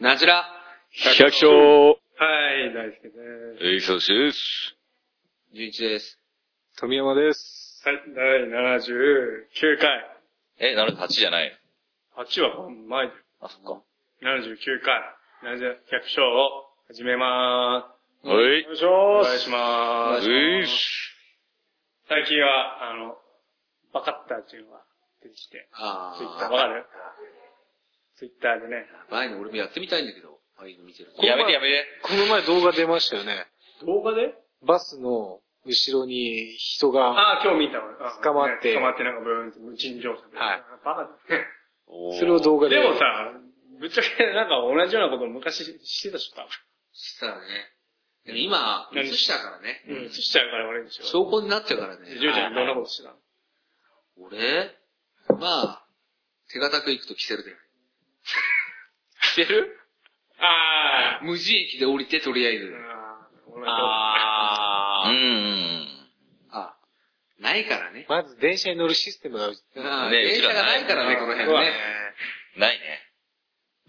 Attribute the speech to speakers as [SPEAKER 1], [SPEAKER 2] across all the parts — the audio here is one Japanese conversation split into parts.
[SPEAKER 1] なじら。
[SPEAKER 2] 百姓
[SPEAKER 3] はい、大好きです。
[SPEAKER 2] エイサシです。
[SPEAKER 1] 純一です。
[SPEAKER 4] 富山です。
[SPEAKER 3] はい、第79回。
[SPEAKER 2] え、78じゃないの
[SPEAKER 3] 8は前だよ。
[SPEAKER 2] あ、そっか。
[SPEAKER 3] 79回。なぜ百姓を始めま
[SPEAKER 2] は
[SPEAKER 3] ー
[SPEAKER 2] い
[SPEAKER 3] す。。お願いし
[SPEAKER 1] お
[SPEAKER 3] ま。
[SPEAKER 1] 願いします
[SPEAKER 2] ういっす。
[SPEAKER 3] 最近は、あの、バカッターっていうのが出てきて、
[SPEAKER 1] あ
[SPEAKER 3] ツイッター、
[SPEAKER 1] ー。
[SPEAKER 3] わかるツイッターでね、
[SPEAKER 1] 前の俺もやってみたいんだけど、ああいうの見てると。
[SPEAKER 2] やめてやめて。
[SPEAKER 4] この前動画出ましたよね。
[SPEAKER 3] 動画で
[SPEAKER 4] バスの後ろに人が、
[SPEAKER 3] ああ、今日見たわ。あ
[SPEAKER 4] 捕まって
[SPEAKER 3] ね捕まってなんかブーンって無賃乗車で。
[SPEAKER 4] はい
[SPEAKER 3] バカだね。
[SPEAKER 4] それを動画で。
[SPEAKER 3] でもさ、ぶっちゃけなんか同じようなことを昔してたしさ。
[SPEAKER 1] したらね。でも今、映
[SPEAKER 3] 何
[SPEAKER 1] したからね。
[SPEAKER 3] うん。しちゃうから悪いんでしょ。
[SPEAKER 1] 証拠になっちゃうからね。
[SPEAKER 3] ジューちゃんどんなことしてたの
[SPEAKER 1] 俺まあ、手堅く行くとキセルだよ。
[SPEAKER 2] 着てる
[SPEAKER 3] あ
[SPEAKER 1] 無人駅で降りて、とりあえず。
[SPEAKER 3] ー。
[SPEAKER 2] うん
[SPEAKER 1] あ
[SPEAKER 2] う
[SPEAKER 1] ー。
[SPEAKER 2] ん。
[SPEAKER 1] あ、ないからね。
[SPEAKER 4] まず電車に乗るシステムが、
[SPEAKER 1] あー
[SPEAKER 2] ね
[SPEAKER 1] 電車がないからね、この
[SPEAKER 3] う
[SPEAKER 1] 辺
[SPEAKER 3] わ
[SPEAKER 1] ね。
[SPEAKER 2] ないね。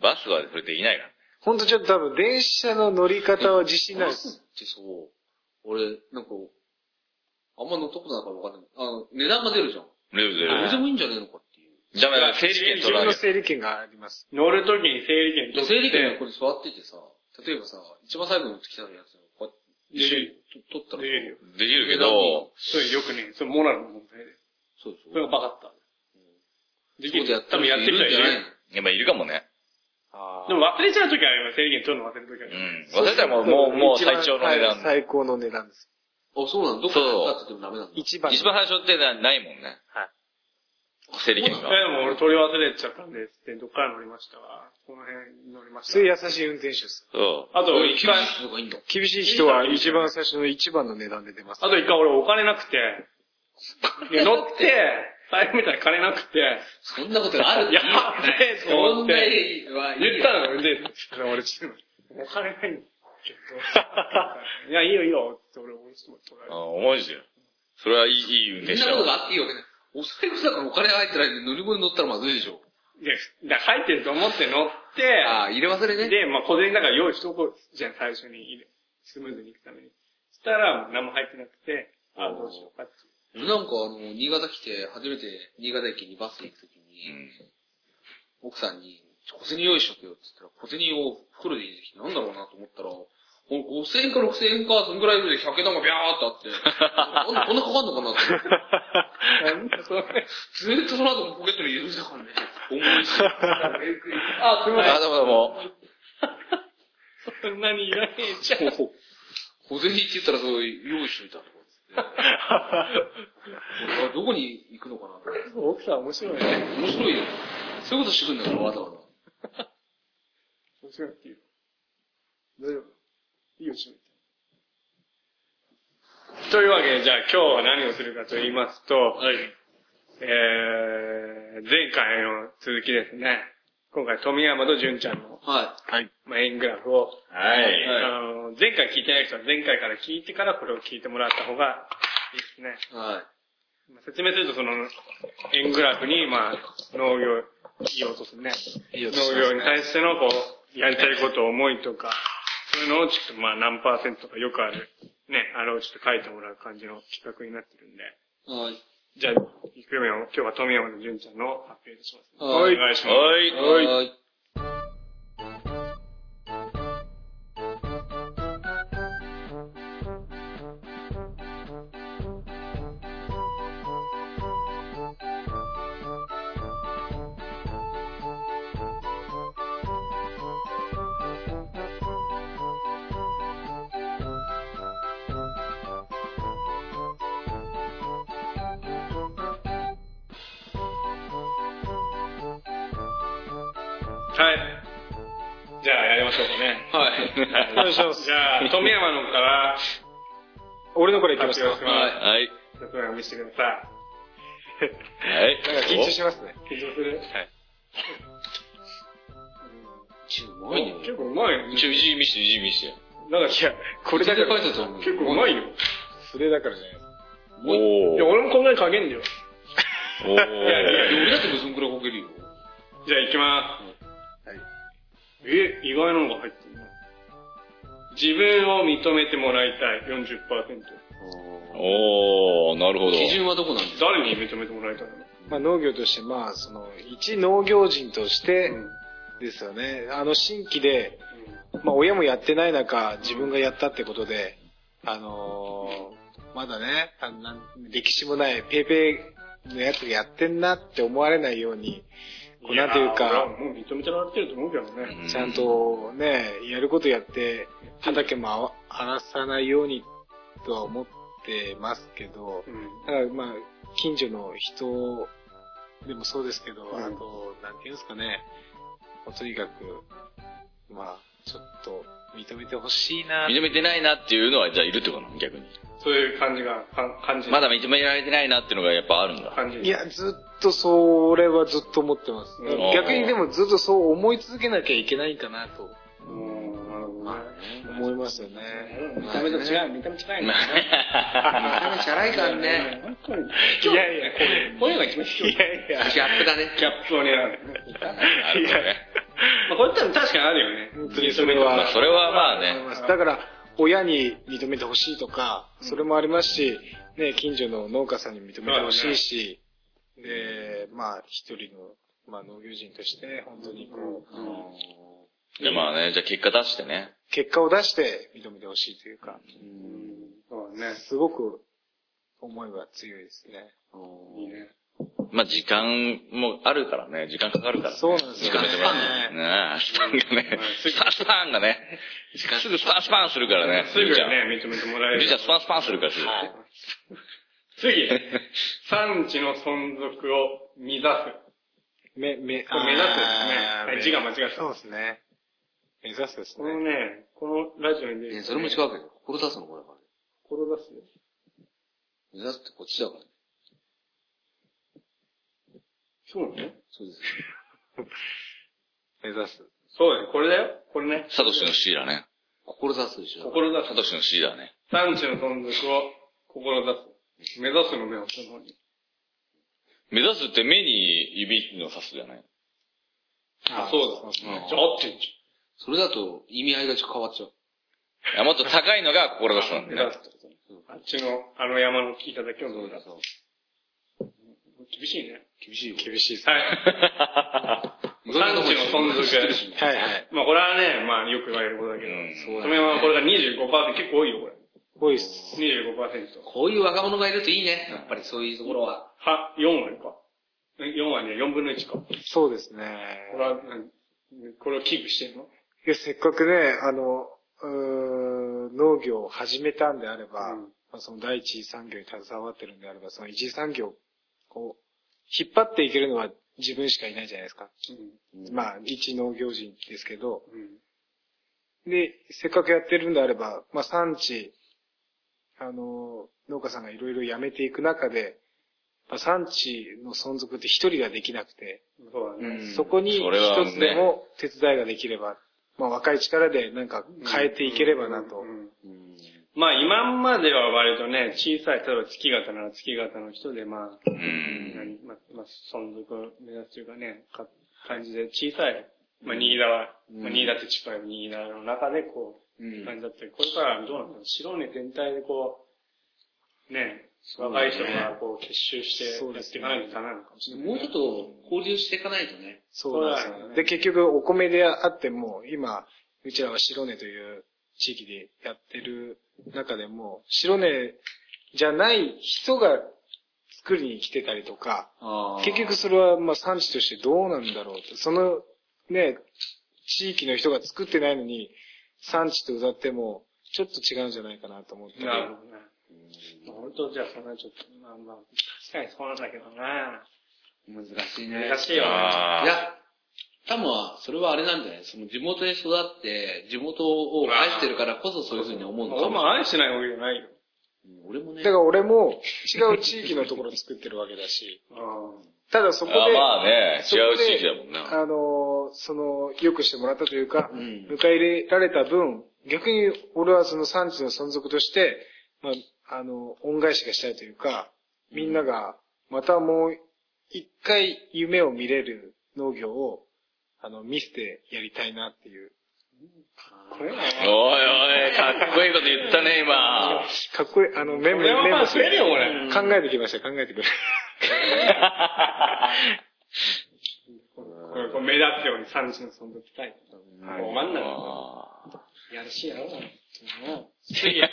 [SPEAKER 2] バスはそれできないから。
[SPEAKER 4] ほんとちょっと多分電車の乗り方は自信ないです。
[SPEAKER 1] ってそう。俺、なんか、あんま乗ったことないからわかんない。あの、値段が出るじゃん。
[SPEAKER 2] レベル
[SPEAKER 1] ど
[SPEAKER 4] はい
[SPEAKER 1] れでもいいんじゃねえのかっていう。
[SPEAKER 2] ダメだ、整理券
[SPEAKER 4] 自
[SPEAKER 2] 取ら
[SPEAKER 4] 分
[SPEAKER 2] な
[SPEAKER 4] の
[SPEAKER 2] きゃ。
[SPEAKER 4] 整理券があります。
[SPEAKER 3] 乗るときに整理券取って。
[SPEAKER 1] 整理券がこれ座っててさ、例えばさ、一番最後に来たやつをこうやって
[SPEAKER 3] で
[SPEAKER 1] 一緒に
[SPEAKER 3] き
[SPEAKER 1] 取ったらさ
[SPEAKER 3] できるよ
[SPEAKER 2] でき
[SPEAKER 1] 値
[SPEAKER 2] るけ
[SPEAKER 1] 段いい
[SPEAKER 2] ど
[SPEAKER 1] よ、
[SPEAKER 3] それよくね、それモラルの問題で。
[SPEAKER 1] そうでしょ
[SPEAKER 3] それがバカった。でき
[SPEAKER 1] そう
[SPEAKER 3] る。
[SPEAKER 1] でやった
[SPEAKER 3] 多分やってる人はい
[SPEAKER 1] じゃ
[SPEAKER 3] る
[SPEAKER 1] ないの
[SPEAKER 2] やっぱいるかもね。
[SPEAKER 4] あー
[SPEAKER 3] でも忘れちゃうときはあります。整理券取るの忘れるときはあ
[SPEAKER 2] う
[SPEAKER 3] り
[SPEAKER 2] ん。忘れたらもう、もう、もう最長の値
[SPEAKER 4] はい
[SPEAKER 2] 段。
[SPEAKER 4] 最高の値段です。
[SPEAKER 1] あ、そうなのどこか
[SPEAKER 2] そう
[SPEAKER 1] だっててもダメなの
[SPEAKER 4] 一番。
[SPEAKER 2] 一番最初ってなないもんね。
[SPEAKER 4] はい。
[SPEAKER 2] 整理券
[SPEAKER 3] ます。
[SPEAKER 2] が
[SPEAKER 3] い。やでも俺取り忘れちゃったんですって、どっから乗りましたわ。この辺乗りまし
[SPEAKER 4] そうい
[SPEAKER 3] た。
[SPEAKER 4] う優しい運転手です。
[SPEAKER 2] そう。
[SPEAKER 3] あと
[SPEAKER 1] そう
[SPEAKER 3] 一回、
[SPEAKER 1] 90とかいいんだ。
[SPEAKER 4] 厳しい人は一番最初の一番の値段で出ます。
[SPEAKER 3] あと一回俺お金なく て、いや乗って、財布見たら金なくて、
[SPEAKER 1] そんなことある
[SPEAKER 3] やべえと思
[SPEAKER 1] そ
[SPEAKER 3] っ
[SPEAKER 1] ん
[SPEAKER 3] て
[SPEAKER 1] なにはいいよ
[SPEAKER 3] 言ったので、俺ちょっと、お金ないんだけど、いや、いいよいいよって俺、俺ちょっと取られ
[SPEAKER 2] あ
[SPEAKER 3] て。
[SPEAKER 2] マジで。それはいいいい運
[SPEAKER 1] み
[SPEAKER 2] 転
[SPEAKER 1] ん
[SPEAKER 2] 手
[SPEAKER 1] な
[SPEAKER 2] だ
[SPEAKER 1] こと
[SPEAKER 2] わ。
[SPEAKER 1] があっていいわけない。お財布だからお金入ってないんで乗り物に乗ったらまずいでしょ。
[SPEAKER 3] いや、だから入ってると思って乗って、
[SPEAKER 1] ああ、入れ忘れね。
[SPEAKER 3] で、まあ、小銭だから用意しとこうじゃん、最初に。スムーズに行くために。そしたら、何も入ってなくて、あどうしようかって。
[SPEAKER 1] なんかあの、新潟来て、初めて新潟駅にバスで行くとき
[SPEAKER 2] う
[SPEAKER 1] に、
[SPEAKER 2] ん
[SPEAKER 1] 奥さんに、小銭用意しとけよって言ったら、小銭を袋で入れてきて、なんだろうなと思ったら、これ5000円か6000円か、そのぐらいで100円玉ビャーってあって、なんでこんなかかんのかなって思って。
[SPEAKER 3] なんだそれ。
[SPEAKER 1] ずーっとその後もポケットに入れてたからね。重いし。
[SPEAKER 3] あ、すみません
[SPEAKER 2] あ、でもでも、。
[SPEAKER 3] そんなにいらねえじゃん。
[SPEAKER 1] もう小銭って言ったら、そう、用意しといたとかっつって。俺はどこに行くのかなと思って。
[SPEAKER 3] 奥さん面白いね。
[SPEAKER 1] 面白いよ。そういうことしてくんだから、わざわざ。
[SPEAKER 3] 面白いって言う。大丈夫いいよ、しめて。というわけで、じゃあ今日は何をするかと言いますと、えー、前回の続きですね。今回、富山と純ちゃんの、
[SPEAKER 1] は
[SPEAKER 4] はい。
[SPEAKER 3] まあ、円グラフを
[SPEAKER 2] はい。
[SPEAKER 1] はい
[SPEAKER 3] あの、前回聞いてない人は前回から聞いてからこれを聞いてもらった方がいいですね。
[SPEAKER 1] い。はい。
[SPEAKER 3] まあ説明するとその、円グラフに、まあ、農業、いい音するね。
[SPEAKER 4] いい音します
[SPEAKER 3] 農
[SPEAKER 4] ね
[SPEAKER 3] 業に対しての、こう、やりたいこと、思いとか、そういうのをちょっと、まあ、何パーセントかよくある、ね、あれをちょっと書いてもらう感じの企画になってるんで。
[SPEAKER 1] はい。
[SPEAKER 3] じゃあ、行くよ今日は富山の純ちゃんの発表いたします。
[SPEAKER 1] はい
[SPEAKER 3] お願いします。
[SPEAKER 2] はい。
[SPEAKER 1] は
[SPEAKER 2] はい。
[SPEAKER 1] い。
[SPEAKER 3] はい。じゃあ、やりましょうかね。
[SPEAKER 1] はい。
[SPEAKER 4] お願いします
[SPEAKER 3] じゃあ、富山のから、
[SPEAKER 4] 俺のこれ行きま
[SPEAKER 3] 発
[SPEAKER 4] すか。
[SPEAKER 3] 表します。
[SPEAKER 2] はい。
[SPEAKER 3] ちょっと見せてくださ
[SPEAKER 2] はい。
[SPEAKER 4] なんか緊張しますね。
[SPEAKER 3] い。緊張する
[SPEAKER 1] うまいね。
[SPEAKER 3] 結構うまいよ。
[SPEAKER 2] おちょ、いじり見して、いじり見して。
[SPEAKER 3] なんか、いや、
[SPEAKER 4] これだから、
[SPEAKER 1] 書いてたと思う。
[SPEAKER 3] 結構うまいよ。
[SPEAKER 4] それだからじゃないですか。
[SPEAKER 2] お
[SPEAKER 3] いや、
[SPEAKER 2] お。
[SPEAKER 3] 俺もこんなに書けんだよ。
[SPEAKER 2] お
[SPEAKER 3] い
[SPEAKER 2] お。
[SPEAKER 3] やいや
[SPEAKER 1] 俺だってそんくらいこけるよ。
[SPEAKER 3] じゃあ行きまえ、意外なのが入ってるな。自分を認めてもらいたい、40%。
[SPEAKER 2] おー、なるほど。
[SPEAKER 5] 基準はどこなんですか
[SPEAKER 3] 誰に認めてもらいたいの
[SPEAKER 4] まあ、農業として、まあ、その、一農業人として
[SPEAKER 3] うん
[SPEAKER 4] ですよね。あの、新規で、まあ、親もやってない中、自分がやったってことで、あのーまだね、あのなん歴史もない、ペーペーのやつやってんなって思われないように、こうなんていう
[SPEAKER 3] や俺は
[SPEAKER 4] か、
[SPEAKER 3] もう認めてられてると思うけどね。
[SPEAKER 2] う
[SPEAKER 4] ちゃん。とね、やることやって、畑もあわ荒らさないようにとは思ってますけど、
[SPEAKER 3] うん
[SPEAKER 4] だからまあ、近所の人でもそうですけど、
[SPEAKER 3] ん
[SPEAKER 4] あと、なんていうんですかね、もうとにかく、まあ、ちょっと認めてほしいな。
[SPEAKER 2] 認めてないなっていうのは、じゃあいるってことなの逆に。
[SPEAKER 3] そういう感じが、か感じ。
[SPEAKER 2] まだ認められてないなっていうのがやっぱあるんだ。
[SPEAKER 3] 感じ。
[SPEAKER 4] いや、ずっとそれはずっと思ってます
[SPEAKER 3] うん。
[SPEAKER 4] 逆にでもずっとそう思い続けなきゃいけないかなと
[SPEAKER 3] うん、なるほどね。
[SPEAKER 4] 思いますよね。
[SPEAKER 3] 見た目と違う、見た目違う。
[SPEAKER 5] ダメじゃないから ね。
[SPEAKER 3] いやいや、これ、こういうのが一番低い。いやいや、
[SPEAKER 5] ギャップだね。
[SPEAKER 3] ギャップをね、
[SPEAKER 2] なるほどね。
[SPEAKER 3] まあ、これって確かにあるよね。
[SPEAKER 4] 本当にそれは
[SPEAKER 2] まあ、それはまあ
[SPEAKER 4] 思い
[SPEAKER 2] ね。
[SPEAKER 4] ますだから、親に認めてほしいとか、それもありますし、ね、近所の農家さんに認めてほしいし、で、まあ、一人の、まあ、農業人として、本当にこう、
[SPEAKER 2] で、まあね、じゃあ結果出してね。
[SPEAKER 4] 結果を出して認めてほしいというか、
[SPEAKER 3] うんそうだね。
[SPEAKER 4] すごく思いは強いですね。
[SPEAKER 3] いいね。
[SPEAKER 2] まあ時間もあるからね、時間かかるからね。
[SPEAKER 4] そうなんです
[SPEAKER 2] 時
[SPEAKER 4] よ
[SPEAKER 2] 間
[SPEAKER 4] ね
[SPEAKER 2] かかるね。ねえスパンがね、スパンスパンがね、すぐスパンスパンするからね。
[SPEAKER 3] すぐね
[SPEAKER 2] じゃん。、
[SPEAKER 3] 認めてもらえ
[SPEAKER 2] ゆうちゃ
[SPEAKER 3] る
[SPEAKER 2] ん。スパンスパンするからすぐ。
[SPEAKER 3] 次、産地の存続を目指
[SPEAKER 4] 目、目、
[SPEAKER 3] これ目指すですね
[SPEAKER 4] あー
[SPEAKER 3] はい字が間違えた
[SPEAKER 4] そうですね。目指すです
[SPEAKER 3] す。この
[SPEAKER 4] ね。
[SPEAKER 3] ね、このラジオに出て、
[SPEAKER 5] え、それも違うけ
[SPEAKER 3] う。
[SPEAKER 5] ど、志すのこれからね。
[SPEAKER 3] 心出すよ。
[SPEAKER 5] 目指すってこっちだからね。
[SPEAKER 3] そうね。
[SPEAKER 5] そうです。
[SPEAKER 4] 目指す。
[SPEAKER 3] そうだね、これだよ。これね。
[SPEAKER 2] サトシの C だね。
[SPEAKER 5] 志すでしょ。
[SPEAKER 3] 志
[SPEAKER 2] サ
[SPEAKER 3] す。
[SPEAKER 2] トシの C だね。
[SPEAKER 3] 産地の存続を志す。目指すの目をその方に。
[SPEAKER 2] 目指すって目に指の指すじゃない
[SPEAKER 3] あ、そうだ。
[SPEAKER 4] ですね
[SPEAKER 2] うん
[SPEAKER 3] じゃあ合ってんじ
[SPEAKER 5] それだと意味合いがちょっと変わっちゃう。
[SPEAKER 2] いやもっと高いのが志
[SPEAKER 3] ゃ。
[SPEAKER 2] なんん
[SPEAKER 3] 目
[SPEAKER 2] だ
[SPEAKER 3] 指
[SPEAKER 2] ね
[SPEAKER 3] す。ってことね。あっちの、あの山の聞いただけを目指す。
[SPEAKER 5] そう。
[SPEAKER 3] 厳しいね。
[SPEAKER 5] 厳しいよ。
[SPEAKER 4] 厳しいですね。
[SPEAKER 3] はい。 産地の存続。
[SPEAKER 4] はいはい。
[SPEAKER 3] まあこれはね、まあよく言われることだけど、
[SPEAKER 2] うん
[SPEAKER 3] その辺はこれが25%、結構多いよ、これ。
[SPEAKER 4] 多いっす。
[SPEAKER 3] 25%。
[SPEAKER 5] こういう若者がいるといいね。やっぱりそういうところは。
[SPEAKER 3] は、4割か。4割ね、4分の1か。こ
[SPEAKER 4] そうですね。
[SPEAKER 3] れは、うんこれを危惧してんの
[SPEAKER 4] いや、せっかくね、あの、うーん農業を始めたんであれば、
[SPEAKER 3] うん
[SPEAKER 4] まあ、その第一次産業に携わってるんであれば、その一次産業を引っ張っていけるのは自分しかいないじゃないですか。まあ、一農業人ですけど、
[SPEAKER 3] うん。うん。
[SPEAKER 4] で、せっかくやってるんであれば、まあ、産地、あの、農家さんがいろいろやめていく中で、まあ、産地の存続って一人ができなくて、
[SPEAKER 3] そうだね。
[SPEAKER 2] うん
[SPEAKER 4] そこに
[SPEAKER 2] それはね
[SPEAKER 4] 一つでも手伝いができれば、まあ若い力でなんか変えていければなと
[SPEAKER 3] う。ん
[SPEAKER 5] うん。
[SPEAKER 3] まあ今までは割とね、小さい、例えば月型なら月型の人で、まあ、
[SPEAKER 2] ん
[SPEAKER 3] 何まあ、まあ、存続を目指すというかね、か感じで小さい、まあ新潟は、
[SPEAKER 5] うん
[SPEAKER 3] まあ新潟って近い新潟の中でこう、
[SPEAKER 5] うん
[SPEAKER 3] 感じだったり、これからはどうなんだろう白根全体でこう、ね、
[SPEAKER 5] そうだ
[SPEAKER 3] 若
[SPEAKER 5] ね
[SPEAKER 3] い人がこう結集して
[SPEAKER 4] そう
[SPEAKER 3] や
[SPEAKER 4] で
[SPEAKER 3] っ
[SPEAKER 4] す
[SPEAKER 3] てい
[SPEAKER 4] ね
[SPEAKER 3] かないとダメなのかもしれない。
[SPEAKER 5] もうちょっと交流していかないとね。
[SPEAKER 4] そうなんです
[SPEAKER 3] そうだ
[SPEAKER 4] よ
[SPEAKER 3] よね
[SPEAKER 4] ね。で、結局お米であっても、今、うちらは白根という地域でやってる中でも、白根じゃない人が作りに来てたりとか、結局それはまあ産地としてどうなんだろうと。そのね、地域の人が作ってないのに、産地と歌っても、ちょっと違うんじゃないかなと思ったり。
[SPEAKER 3] なるほどね。まあ本当じゃあそんなちょっと、まあまあ、確かにそうなんだけどな
[SPEAKER 5] 難しいね。
[SPEAKER 3] 難しいよね。
[SPEAKER 2] あ
[SPEAKER 5] い
[SPEAKER 2] ー
[SPEAKER 5] や、多分は、それはあれなんじゃないその地元で育って、地元を愛してるからこそそういうふうに思うの
[SPEAKER 3] まあ
[SPEAKER 5] かも
[SPEAKER 3] まあ愛してないわけじゃないよ。
[SPEAKER 5] うん俺もね
[SPEAKER 4] だか、ら俺も違う地域のところ作ってるわけだ し、
[SPEAKER 3] う
[SPEAKER 4] ただそこで、
[SPEAKER 2] あまあね、
[SPEAKER 4] そこ
[SPEAKER 2] 違う
[SPEAKER 4] で
[SPEAKER 2] 地域だもんな。
[SPEAKER 4] あの、その、良くしてもらったというか、
[SPEAKER 5] うん
[SPEAKER 4] 迎え入れられた分、逆に俺はその産地の存続として、まあ、あの、恩返しがしたいというか、みんなが、またもう、一回夢を見れる農業を、あの、見せてやりたいなっていう。
[SPEAKER 3] これは、
[SPEAKER 2] おいおい、かっこいいこと言ったね、今。
[SPEAKER 4] かっこいい、あの、メモ、
[SPEAKER 3] れは
[SPEAKER 4] メ
[SPEAKER 3] ま
[SPEAKER 4] モ
[SPEAKER 3] あ
[SPEAKER 4] する
[SPEAKER 3] 増えるよこれ
[SPEAKER 4] 考えてきました、考えてくれ。
[SPEAKER 3] これこう目立つように三種の存在したい。
[SPEAKER 4] はい
[SPEAKER 3] もう真ん中。
[SPEAKER 2] あ
[SPEAKER 3] やるしやろうな。
[SPEAKER 2] ーいや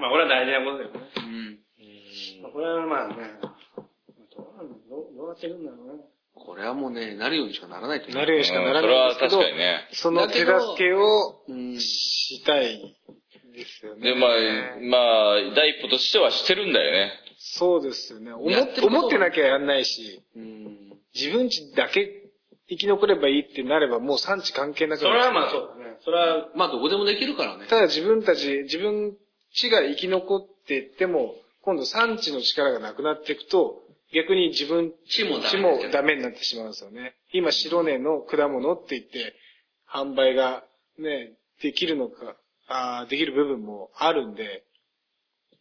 [SPEAKER 3] まあ、これは大事なことだよね。
[SPEAKER 5] うん。
[SPEAKER 3] まあ、これはまあね、どうなんどうどうなってるんだろうな。
[SPEAKER 5] これはもうね、なるようにしかならないという
[SPEAKER 4] なるようにしかなら
[SPEAKER 2] それ
[SPEAKER 4] ないん
[SPEAKER 2] は
[SPEAKER 4] ですけ
[SPEAKER 2] 確
[SPEAKER 4] ど、
[SPEAKER 2] かにね。
[SPEAKER 4] その手助けを
[SPEAKER 5] うん。
[SPEAKER 4] したいですよね。
[SPEAKER 2] で、まあ、まあ、第一歩としてはしてるんだよね。
[SPEAKER 4] そうですよね。思
[SPEAKER 5] やって
[SPEAKER 4] っ
[SPEAKER 5] ることは
[SPEAKER 4] 思ってなきゃやんないし、
[SPEAKER 5] うん。
[SPEAKER 4] 自分ちだけ生き残ればいいってなればもう産地関係なく
[SPEAKER 3] そ
[SPEAKER 4] な
[SPEAKER 3] れ
[SPEAKER 4] る
[SPEAKER 3] はまあそうだね。それは、
[SPEAKER 5] まあ、どこでもできるからね。
[SPEAKER 4] ただ自分たち、自分ちが生き残っていっても、今度産地の力がなくなっていくと、逆に自分
[SPEAKER 5] 地もダメ
[SPEAKER 4] ちもダメになってしまうんですよね。今、白根の果物って言って、販売がね、できるのか、あーできる部分もあるんで、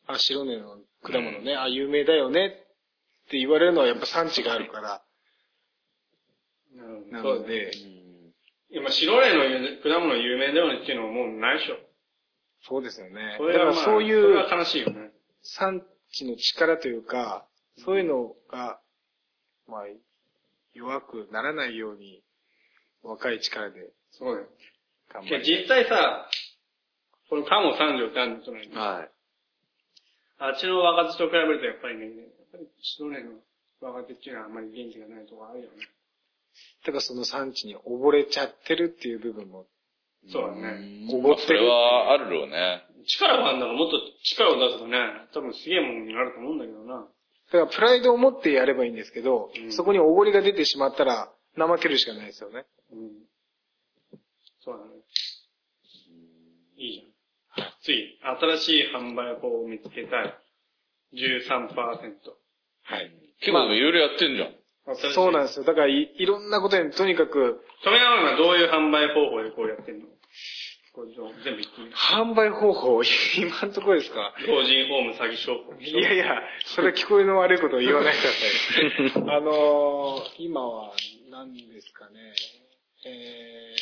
[SPEAKER 4] あ、白根の果物ね、あ、有名だよねって言われるのはやっぱ産地があるから、な
[SPEAKER 3] そう
[SPEAKER 4] の
[SPEAKER 3] だね。
[SPEAKER 4] で、
[SPEAKER 3] 今、白レの有果物有名だよねっていうのはもうないでしょ。
[SPEAKER 4] そうですよね。
[SPEAKER 3] そ
[SPEAKER 4] だ
[SPEAKER 3] れ
[SPEAKER 4] か
[SPEAKER 3] は
[SPEAKER 4] ら
[SPEAKER 3] まあ、
[SPEAKER 4] そう
[SPEAKER 3] それ
[SPEAKER 4] いう
[SPEAKER 3] は悲しいよね。
[SPEAKER 4] 産地の力というか、そういうのが、まあ、弱くならないように、若い力で
[SPEAKER 3] そうだよ。
[SPEAKER 4] 頑張
[SPEAKER 3] けど
[SPEAKER 4] る。
[SPEAKER 3] 実際さ、このカモ三条ってあるんじゃない
[SPEAKER 5] は
[SPEAKER 3] あっちの若手と比べるとやっぱりね、やっぱり白レの若手っていうのはあんまり元気がないとこあるよね。
[SPEAKER 4] だからその産地に溺れちゃってるっていう部分も、
[SPEAKER 5] い。
[SPEAKER 3] そうだね。
[SPEAKER 5] ん
[SPEAKER 4] 溺
[SPEAKER 2] まあ、
[SPEAKER 4] っ
[SPEAKER 2] そ
[SPEAKER 4] てる
[SPEAKER 2] れ。はあるろうね。
[SPEAKER 3] 力があるんだからもっと力を出すとね、多分すげえもんになると思うんだけどな。
[SPEAKER 4] だからプライドを持ってやればいいんですけど、
[SPEAKER 3] うん
[SPEAKER 4] そこにおごりが出てしまったら、怠けるしかないですよね。
[SPEAKER 3] うん。そうだね。いいじゃん。次、新しい販売法を見つけたい。13%。
[SPEAKER 4] はい。
[SPEAKER 2] 結構でもいろいろやってんじゃん。
[SPEAKER 4] そうなん
[SPEAKER 3] ん
[SPEAKER 4] ですよ。だからい、いろんなことにとにかく、
[SPEAKER 3] 富山はどういう販売方法でこうやってんのこれどう全部言ってみる。
[SPEAKER 4] 販売方法、 今のところですか
[SPEAKER 3] 老人ホーム詐欺商法。
[SPEAKER 4] いやいや、それは聞こえの悪いことを言わないでください。あのー、今は何ですかね、え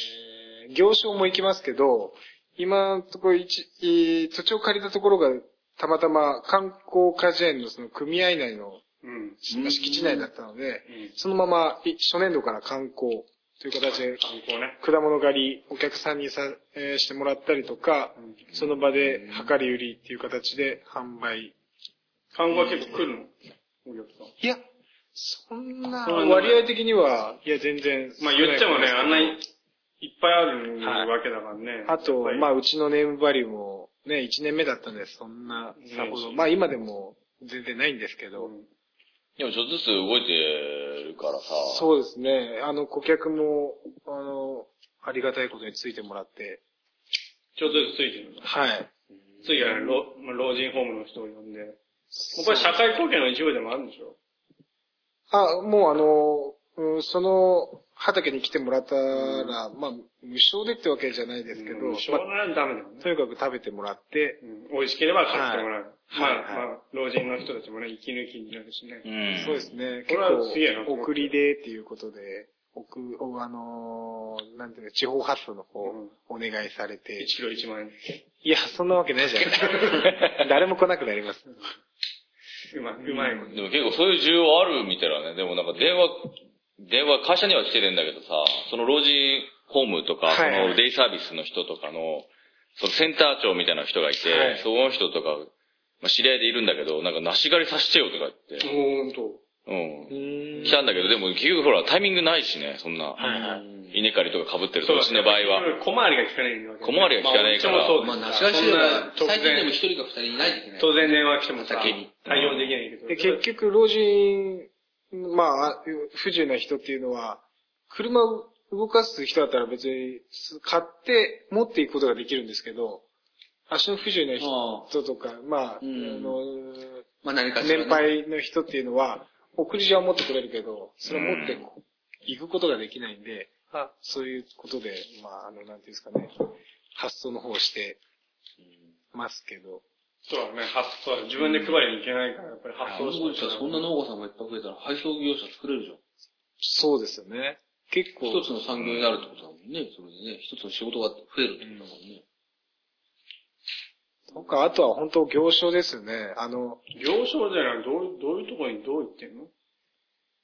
[SPEAKER 4] ー、行商も行きますけど、今のところ一、えー土地を借りたところが、たまたま観光果樹園のその組合内の
[SPEAKER 3] うん。
[SPEAKER 5] うん
[SPEAKER 4] 敷地内だったので
[SPEAKER 3] うん、
[SPEAKER 4] そのままい初年度から観光という形で、
[SPEAKER 3] 観光ね。
[SPEAKER 4] 果物狩りお客さんにさ、えーしてもらったりとか、その場で量り売りっていう形で販売
[SPEAKER 3] 観光は結構来るのお客さん。
[SPEAKER 4] いや、そんな
[SPEAKER 3] そんな
[SPEAKER 4] 割合的には、いや、全然。
[SPEAKER 3] まあ言ってもね、
[SPEAKER 4] 少
[SPEAKER 3] あん
[SPEAKER 4] な
[SPEAKER 3] ないにいっぱいある
[SPEAKER 4] はい
[SPEAKER 3] わけだからね。
[SPEAKER 4] あと、まあ、
[SPEAKER 3] あ、
[SPEAKER 4] うちのネームバリューも、ね、1年目だったんで、そんな、さほど、まあ、今でも全然ないんですけど、
[SPEAKER 2] でもちょっとずつ動いてるからさ。
[SPEAKER 4] そうですね、あの、顧客も、あの、ありがたいことについてもらって、
[SPEAKER 3] ちょっとずつついてるの。
[SPEAKER 4] はい。
[SPEAKER 3] 次はね、老まあ老人ホームの人を呼んで。これ社会貢献の一部でもあるんでしょ
[SPEAKER 4] あ、もうあの、うん、その、畑に来てもらったら、まあ、無償でってわけじゃないですけど、
[SPEAKER 3] うんしょうがないとダメだよ
[SPEAKER 4] まあ
[SPEAKER 3] ね
[SPEAKER 4] と。にかく食べてもらって、
[SPEAKER 3] うん美味しければ買ってもらう。ま
[SPEAKER 4] はい
[SPEAKER 3] あ、まあ、老人の人たちもね、息抜きになるしね
[SPEAKER 2] う。ん。
[SPEAKER 4] そうですね。
[SPEAKER 3] これ
[SPEAKER 4] 結
[SPEAKER 3] はすげえな
[SPEAKER 4] 構、送りでっていうことで、送、おあのーなんていうか、地方発送の方、
[SPEAKER 3] うん
[SPEAKER 4] お願いされて
[SPEAKER 3] 1。キロ1万円。
[SPEAKER 4] いや、そんなわけないじゃないです か。誰も来なくなります。
[SPEAKER 3] うまい、うまいもんね。
[SPEAKER 2] でも結構そういう需要あるみたいなね。でもなんか電話、電話、会社には来てるんだけどさ、その老人ホームとか、
[SPEAKER 4] はいはい
[SPEAKER 2] そのデイサービスの人とかの、そのセンター長みたいな人がいて、
[SPEAKER 4] はい
[SPEAKER 2] その人とか、まあ、知り合いでいるんだけど、なんか梨狩りさせてよとか言って、
[SPEAKER 3] ほんと。
[SPEAKER 2] うん。
[SPEAKER 4] ん
[SPEAKER 2] 来たんだけど、でも結局ほら、タイミングないしね、そんな。
[SPEAKER 4] はいはい。
[SPEAKER 2] 稲刈りとか被ってると、うちの場合は。。
[SPEAKER 3] 小回りが効かないわけだね
[SPEAKER 2] 小回りが効かないから
[SPEAKER 3] まあうちもそう
[SPEAKER 5] まあ、な
[SPEAKER 3] で
[SPEAKER 5] し
[SPEAKER 3] す
[SPEAKER 5] がしだから、
[SPEAKER 3] そんな
[SPEAKER 5] 最近
[SPEAKER 3] 突
[SPEAKER 5] でも
[SPEAKER 3] 然、
[SPEAKER 5] 一人か二人いないといけない。
[SPEAKER 3] 当然電話来てもさ
[SPEAKER 5] 先に、
[SPEAKER 3] 対応できないけど。
[SPEAKER 4] で、結局、老人、まあ、不自由な人っていうのは、車を動かす人だったら別に買って持っていくことができるんですけど、足の不自由な人とか、まあ、あ
[SPEAKER 5] うん
[SPEAKER 4] の、
[SPEAKER 5] まあ、何かしらね
[SPEAKER 4] 年配の人っていうのは、送り状は持ってくれるけど、それを持って行くことができないんで、
[SPEAKER 3] あ
[SPEAKER 4] そういうことで、まあ、あの、なんていうんですかね、発送の方をしてますけど、
[SPEAKER 3] そうだね、発送は自分で配りに行けないから、やっぱり発
[SPEAKER 5] そ
[SPEAKER 3] 送
[SPEAKER 5] うしたらそんな農家さんがいっぱい増えたら配送業者作れるじゃん。
[SPEAKER 4] そうですよね。結構、
[SPEAKER 5] 一つの産業になるってことだもんね。それでね、一つの仕事が増えるってことだもんね。
[SPEAKER 4] なんかあとは本当行商ですよね。あの、
[SPEAKER 3] 行商じゃない、どう、どういうところにどう行ってんの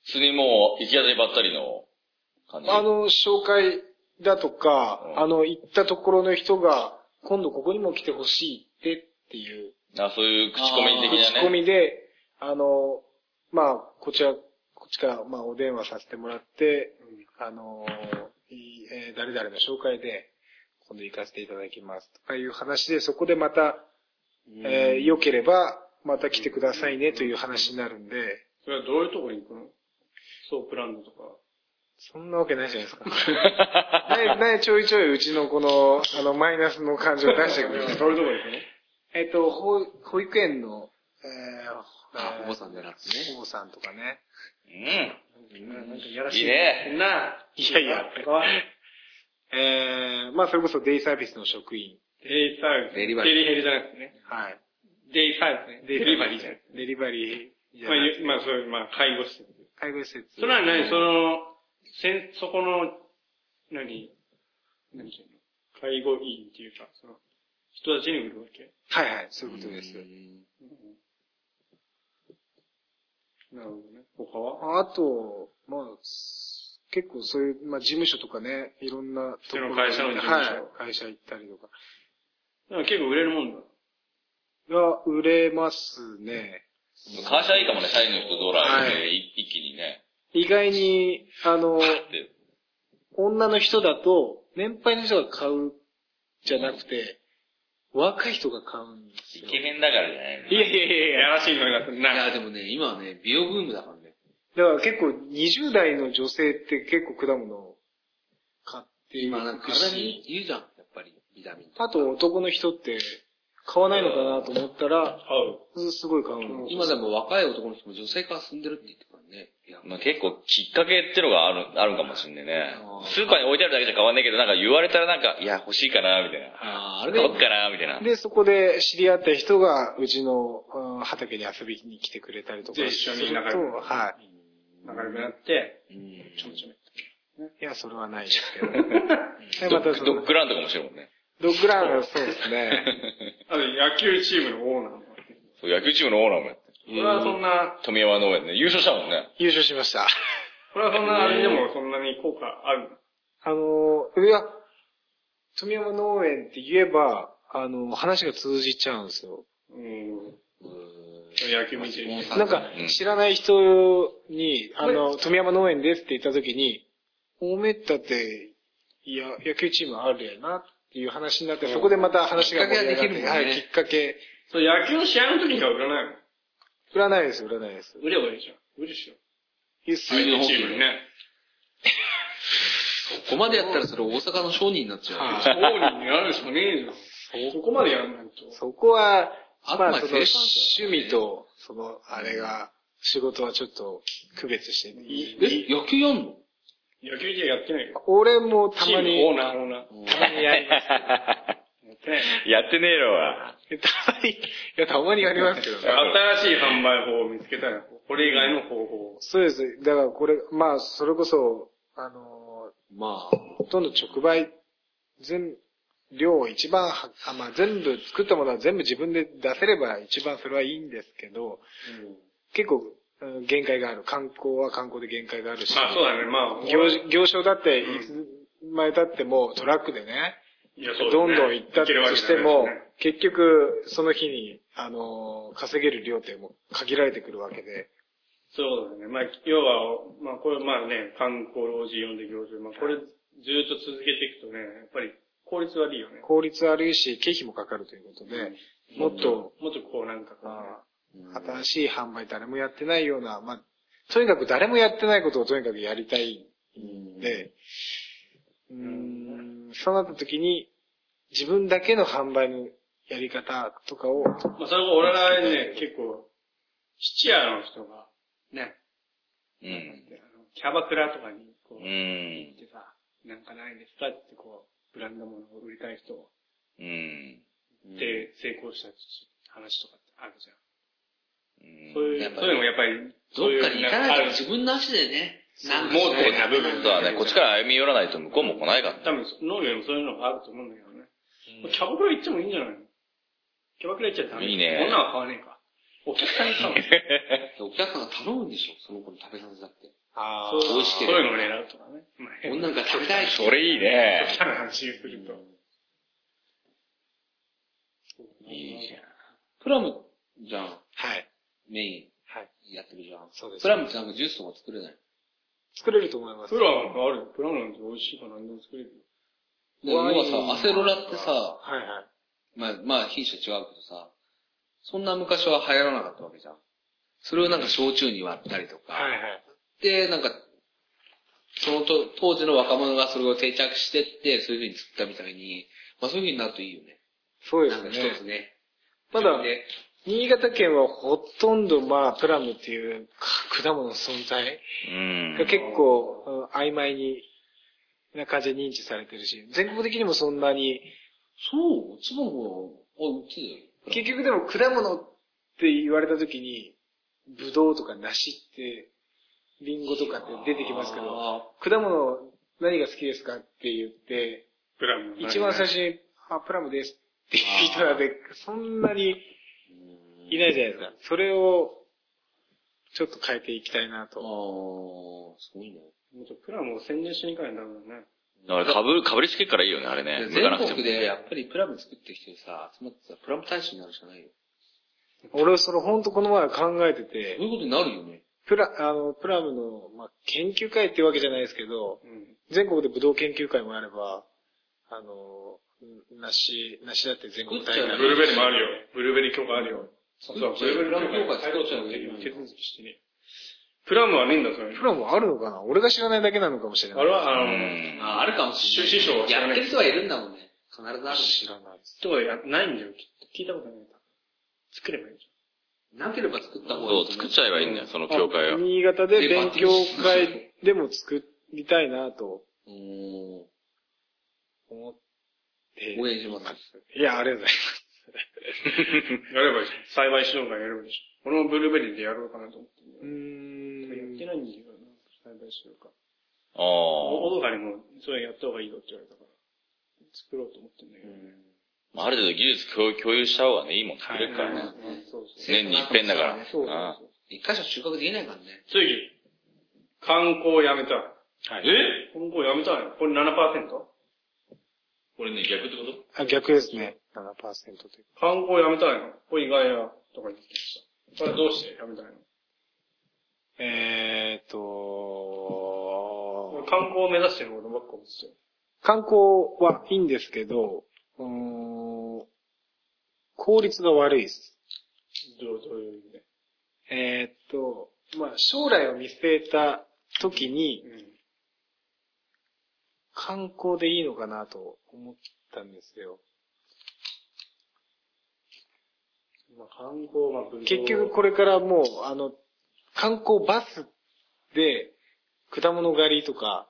[SPEAKER 2] 普通にもう、行き当たりばったりの感じ。
[SPEAKER 4] あの、紹介だとか、
[SPEAKER 2] うん
[SPEAKER 4] あの、行ったところの人が、今度ここにも来てほしいってっていう、
[SPEAKER 2] あ、そういう口コミ的なね。
[SPEAKER 4] 口コミで、あの、まあ、こちら、こっちから、まあ、お電話させてもらって、あの、いえー誰々の紹介で、今度行かせていただきますとかいう話で、そこでまた、えー良ければ、また来てくださいねという話になるんで、
[SPEAKER 3] それはどういうところに行くのソープランドとか。
[SPEAKER 4] そんなわけないじゃないですか。 ね、ね、ちょいちょいうちのこの、あの、マイナスの感情を出してく
[SPEAKER 3] どう
[SPEAKER 4] る
[SPEAKER 3] いう。ところに行くの
[SPEAKER 4] えっと、保保育園の、えー
[SPEAKER 5] あ
[SPEAKER 4] えー、
[SPEAKER 5] お坊さんじゃなくてね
[SPEAKER 4] お坊さんとかね。
[SPEAKER 3] うんなんかやらしい。
[SPEAKER 2] いいね
[SPEAKER 3] なあ。
[SPEAKER 4] いやいや
[SPEAKER 3] とか
[SPEAKER 4] えー、まあ、それこそデイサービスの職員。
[SPEAKER 3] デイサービス。
[SPEAKER 5] デリバリー
[SPEAKER 3] デリヘルじゃなくてね。
[SPEAKER 4] はい。
[SPEAKER 3] デイサービスね。デリバリーじゃなくて。
[SPEAKER 4] デリバリーじゃ
[SPEAKER 3] まあ
[SPEAKER 4] ない。
[SPEAKER 3] ゆ、まあ、そういう、まあ、介護施設。
[SPEAKER 4] 介護施設。
[SPEAKER 3] それは何その、せん、そこの、何何ていうの介護委員っていうか、その、人たちに売るわけ
[SPEAKER 4] はいはい、そういうことです。
[SPEAKER 5] う
[SPEAKER 3] なるほどね。他は
[SPEAKER 4] あと、まあ、す結構そういう、まあ、事務所とかね、いろんなところ
[SPEAKER 3] 普通の会社の事務所
[SPEAKER 4] はい、会社行ったりとか。
[SPEAKER 3] なんか結構売れるもんだ。
[SPEAKER 4] が、売れますね。
[SPEAKER 2] 会社いいかもね、社員の人ドライで、
[SPEAKER 4] はい
[SPEAKER 2] い一気にね。
[SPEAKER 4] 意外に、あの、
[SPEAKER 2] で
[SPEAKER 4] 女の人だと、年配の人が買うじゃなくて、若い人が買うんです
[SPEAKER 2] イ
[SPEAKER 4] よ。
[SPEAKER 2] ケメンだからじゃないの
[SPEAKER 4] いやいやいやい
[SPEAKER 3] や
[SPEAKER 4] や。
[SPEAKER 3] らしいのになって
[SPEAKER 5] んい
[SPEAKER 3] な
[SPEAKER 5] や、でもね、今はね、美容ブームだからね。
[SPEAKER 4] だから結構20代の女性って結構果物を買ってい
[SPEAKER 5] 今、なんか
[SPEAKER 4] く
[SPEAKER 5] 体に
[SPEAKER 4] し、
[SPEAKER 5] いいじゃん、やっぱり、ビタミンとか。
[SPEAKER 4] あと男の人って買わないのかなと思った
[SPEAKER 3] 合
[SPEAKER 4] ら、
[SPEAKER 3] う。
[SPEAKER 4] すごい買うの。
[SPEAKER 5] 今でも若い男の人も女性化進んでるって言ってたからね。いや、
[SPEAKER 2] まあ、結構きっかけってのがある、あるかもしんねね
[SPEAKER 5] あー。
[SPEAKER 2] スーパーに置いてあるだけじゃ変わんないけど、なんか言われたらなんか、いや、欲しいかな、みたいな。
[SPEAKER 5] ああ、あれだ
[SPEAKER 2] 買
[SPEAKER 5] よ
[SPEAKER 2] おっ
[SPEAKER 5] ね、
[SPEAKER 2] かな、みたいな。
[SPEAKER 4] で、そこで知り合った人がうちのうん畑に遊びに来てくれたりとかす
[SPEAKER 3] で
[SPEAKER 4] る
[SPEAKER 3] 一緒
[SPEAKER 4] と、
[SPEAKER 3] に仲良く
[SPEAKER 4] は
[SPEAKER 3] 仲良くなって、
[SPEAKER 5] うん
[SPEAKER 3] ちょめちょめ。
[SPEAKER 4] い。いや、それはないですけど。で、ま
[SPEAKER 2] ド
[SPEAKER 4] た
[SPEAKER 2] ッ
[SPEAKER 4] そ
[SPEAKER 2] グ
[SPEAKER 4] の
[SPEAKER 2] ドッグランとかもしてるもんね。
[SPEAKER 4] ドッグランはそうですね。
[SPEAKER 3] あと野球チームのオーナーもやってる。
[SPEAKER 2] そう、野球チームのオーナーもやってる。
[SPEAKER 3] これはそんな、
[SPEAKER 2] 富山農園ね。優勝したもんね。
[SPEAKER 4] 優勝しました。
[SPEAKER 3] これはそんな、あれでもそんなに効果あるの
[SPEAKER 4] あのー、いや、富山農園って言えば、あのー、話が通じちゃうんですよ。
[SPEAKER 3] うん。
[SPEAKER 5] う
[SPEAKER 3] 野球見てる人。
[SPEAKER 5] はい
[SPEAKER 4] なんか
[SPEAKER 2] うん、
[SPEAKER 4] 知らない人に、あの、富山農園ですって言った時に、おめったって、いや、野球チームあるやなっていう話になって、そこでまた話が盛り上がって
[SPEAKER 5] きっかけができるもんね
[SPEAKER 4] はい、きっかけ。
[SPEAKER 3] そう、野球の試合の時には売らないの
[SPEAKER 4] 売らないです、売らないです。
[SPEAKER 3] 売ればいいじゃん。売るっしょ。
[SPEAKER 4] いいっす
[SPEAKER 5] はい
[SPEAKER 4] よ
[SPEAKER 3] チームにね。
[SPEAKER 5] ここまでやったらそれ大阪の商人になっちゃう。
[SPEAKER 4] はい
[SPEAKER 3] 商人になるしかねえじゃん。そこまでやんないと。
[SPEAKER 4] そこは、
[SPEAKER 5] あく
[SPEAKER 4] ま
[SPEAKER 5] ま
[SPEAKER 4] あ、
[SPEAKER 5] で
[SPEAKER 4] その、
[SPEAKER 5] 生産者だよね
[SPEAKER 4] 趣味と、その、あれが、仕事はちょっと区別してね、いい
[SPEAKER 5] え、野球やんの
[SPEAKER 3] 野球じゃやってないよ。
[SPEAKER 4] 俺もた
[SPEAKER 3] チ
[SPEAKER 4] ま
[SPEAKER 3] ーム
[SPEAKER 4] に
[SPEAKER 3] のオ、ーナー、オーナー。
[SPEAKER 4] たまにやります。
[SPEAKER 3] やってない。
[SPEAKER 2] やってねえろは。
[SPEAKER 4] えたまに、いや、たまにやりますけ どね。
[SPEAKER 3] 新しい販売法を見つけたら、これ以外の方法を。
[SPEAKER 4] そうです。だからこれ、まあ、それこそ、あの
[SPEAKER 5] まあ、
[SPEAKER 4] ー、ほとんど直売、全、量を一番は、あまあ、全部、作ったものは全部自分で出せれば一番それはいいんですけど、結構、うん限界がある。観光は観光で限界があるし、
[SPEAKER 3] まあそうだね、まあ。
[SPEAKER 4] 行業商だって、いつ前経ってもトラックでね、
[SPEAKER 3] いや
[SPEAKER 4] どんどん行ったとしても、
[SPEAKER 3] う
[SPEAKER 4] 結局、その日に、あのー、稼げる量ってもう限られてくるわけで、
[SPEAKER 3] そうだね。まあ、要は、まあこれまあね、観光老人呼んで行事、まあこれずっと続けていくとね、やっぱり効率悪いよね。
[SPEAKER 4] 効率悪いし、経費もかかるということで、もっと、
[SPEAKER 3] もっとこうなんかこうね、
[SPEAKER 4] ま
[SPEAKER 5] うん
[SPEAKER 4] あ新しい販売誰もやってないような、まあ、とにかく誰もやってないことをとにかくやりたいんで、うーん、そうなった時に、自分だけの販売のやり方とかを、
[SPEAKER 3] まあそれが俺らね、結構、質屋の人が、ね、
[SPEAKER 2] うん。
[SPEAKER 3] であのキャバクラとかにこう
[SPEAKER 2] う
[SPEAKER 3] 行
[SPEAKER 2] ん
[SPEAKER 3] っ。てさ、なんかないですかってこう、ブランド物を売りたい人
[SPEAKER 2] うん。
[SPEAKER 3] で成功した話とかってあるじゃん。
[SPEAKER 2] うん
[SPEAKER 3] そういう、
[SPEAKER 5] やっぱ
[SPEAKER 3] そういうのもやっぱり、
[SPEAKER 5] ど
[SPEAKER 3] そう
[SPEAKER 5] っ
[SPEAKER 3] いう
[SPEAKER 5] かに行か
[SPEAKER 3] んか
[SPEAKER 5] な
[SPEAKER 3] あ
[SPEAKER 5] いと
[SPEAKER 3] る
[SPEAKER 5] 自分の足でね、
[SPEAKER 1] なんか
[SPEAKER 3] 盲
[SPEAKER 2] こう
[SPEAKER 3] 点な部分
[SPEAKER 2] そうだね、こっちから歩み寄らないと向こうも来ないからね。
[SPEAKER 3] 多分、農業にもそういうのがあると思うんだけどね。キャバクラ行ってもいいんじゃないのキャバクラ行っちゃダメ。
[SPEAKER 2] いいね
[SPEAKER 3] 女は買わねえか。お客さんに買うの。
[SPEAKER 1] お客さんが頼むんでしょその子に食べさせたって。
[SPEAKER 4] あ
[SPEAKER 3] そう
[SPEAKER 1] 美味しけ
[SPEAKER 3] そう
[SPEAKER 1] れば
[SPEAKER 3] いうのを狙うとかね。まあ、変
[SPEAKER 1] 俺
[SPEAKER 3] な
[SPEAKER 1] なんか食べたいって。
[SPEAKER 2] それいいね。
[SPEAKER 3] 話をすると。
[SPEAKER 1] いいじゃん。プラムじゃん、
[SPEAKER 4] はい。
[SPEAKER 1] メイ
[SPEAKER 4] はい。
[SPEAKER 1] ンやってるじゃん。
[SPEAKER 4] そうです
[SPEAKER 1] プ。ラムってなんかジュースとか作れない。
[SPEAKER 4] 作れると思います
[SPEAKER 3] プ。ランがある。プランなんて美味しいから何でも作れるよ。
[SPEAKER 1] で要
[SPEAKER 4] ワイン
[SPEAKER 1] はさ、アセロラってさ、
[SPEAKER 4] はいはい。
[SPEAKER 1] まあ、まあ品種は違うけどさ、そんな昔は流行らなかったわけじゃん。それをなんか焼酎に割ったりとか、
[SPEAKER 4] はいはい。
[SPEAKER 1] で、なんか、そのと当時の若者がそれを定着してって、そういう風に作ったみたいに、まあそういう風になるといいよね。
[SPEAKER 4] そうで
[SPEAKER 1] なん
[SPEAKER 4] す
[SPEAKER 1] か一つ
[SPEAKER 4] ね。
[SPEAKER 1] ね。
[SPEAKER 4] まだ、
[SPEAKER 1] ね、
[SPEAKER 4] 新潟県はほとんどまあ、プラムっていうか果物の存在
[SPEAKER 2] うん
[SPEAKER 4] が。結構、うん曖昧に、な感じで認知されてるし、全国的にもそんなに、
[SPEAKER 1] そう、千葉の方は、あ、売ってたよ。
[SPEAKER 4] 結局でも果物って言われた時に、ぶどうとか梨って、リンゴとかって出てきますけど、
[SPEAKER 1] あ
[SPEAKER 4] 果物何が好きですかって言って、
[SPEAKER 3] プランの。
[SPEAKER 4] 一番最初に、あ、プラムですっていう人なんで、そんなに
[SPEAKER 1] ー
[SPEAKER 4] いないじゃないですか。それを、ちょっと変えていきたいな
[SPEAKER 1] あー
[SPEAKER 4] と。、
[SPEAKER 1] すごいね。
[SPEAKER 3] もっとプランを宣伝しに行かないとダメだね。
[SPEAKER 2] だからかぶ、かぶりつけっからいいよね、あれね。向かな
[SPEAKER 1] 全
[SPEAKER 2] くても
[SPEAKER 1] 国。でやっぱりプラム作ってきてさ、集まってさ、プラム大使になるしかないよ。
[SPEAKER 4] 俺はそれほんとこの前考えて
[SPEAKER 1] そう
[SPEAKER 4] て、
[SPEAKER 1] いうことになるよね。
[SPEAKER 4] プラ、あの、プラムの、まあ、研究会ってわけじゃないですけど、
[SPEAKER 3] うん。
[SPEAKER 4] 全国で武道研究会もあれば、あの、梨、梨だって全国大
[SPEAKER 1] 作っちゃう
[SPEAKER 4] 会
[SPEAKER 1] ブルーベリー
[SPEAKER 3] もあるよ。ブルーベリー協会あるよ。そうそう、ブルーベリー協会。
[SPEAKER 1] ブルーベリー協会作っちゃうよ
[SPEAKER 3] 手続きしてね。プランはねえんだ、それ。
[SPEAKER 4] プラムあるのかな俺が知らないだけなのかもしれな
[SPEAKER 3] あ
[SPEAKER 4] い
[SPEAKER 3] れ。は、あ
[SPEAKER 2] う
[SPEAKER 3] の、
[SPEAKER 2] ん。
[SPEAKER 1] あ、あるかもしれない。
[SPEAKER 3] 師匠は知ら
[SPEAKER 1] や
[SPEAKER 3] な
[SPEAKER 1] っ
[SPEAKER 3] い
[SPEAKER 1] てる人はいるんだもんね。必ずあるんだよ
[SPEAKER 4] 知らないです。
[SPEAKER 3] とかや、ないんだよ、きっと。聞いたことないんだ。作ればいいじ
[SPEAKER 1] なければ作った方がい
[SPEAKER 2] そ、
[SPEAKER 1] いうと思。
[SPEAKER 2] 作っちゃえばいいんだよ、その教会を。
[SPEAKER 4] 新潟で勉強会でも作りたいなと
[SPEAKER 1] うーん。
[SPEAKER 4] 思って。
[SPEAKER 1] 応援します。
[SPEAKER 4] いや、ありがとうございます。
[SPEAKER 3] ゃん。やればいいじゃん。栽培指導会やればいいじゃん。俺もブルーベリーでやろうかなと思ってんだよ
[SPEAKER 4] うー
[SPEAKER 3] やって
[SPEAKER 4] ん。
[SPEAKER 3] ないんだよな、栽培指導会。
[SPEAKER 2] あ
[SPEAKER 3] お
[SPEAKER 2] あ。
[SPEAKER 3] どかにも、それやった方がいいよって言われたから、作ろうと思ってんだけどね。
[SPEAKER 2] まあある程度技術共共有した方がね、いいもん作れ
[SPEAKER 3] う
[SPEAKER 2] る
[SPEAKER 3] ん
[SPEAKER 2] からね。
[SPEAKER 3] そうそう。
[SPEAKER 2] 年に一遍だから。あ
[SPEAKER 4] そうそう
[SPEAKER 2] あ
[SPEAKER 1] 一箇所収穫できないからね。
[SPEAKER 3] 次、観光やめたい。
[SPEAKER 4] はい。
[SPEAKER 3] え観光やめたいのこれ 7%?
[SPEAKER 2] これね、逆ってこと
[SPEAKER 4] あ逆ですね。7%という。
[SPEAKER 3] 観光やめたいのこれ意外なとか言ってました。これどうしてやめたいの
[SPEAKER 4] えーっと
[SPEAKER 3] 俺、観光を目指してることばっかりですよ。
[SPEAKER 4] 観光はいいんですけど、うーん、効率が悪いです。
[SPEAKER 3] どうどういう意味で。
[SPEAKER 4] えーっと、まあ、将来を見据えた時に、観光でいいのかなと思ったんですよ。
[SPEAKER 3] うん。まあ観光、まあ文
[SPEAKER 4] 結局これからもう、あの、観光バスで、果物狩りとか、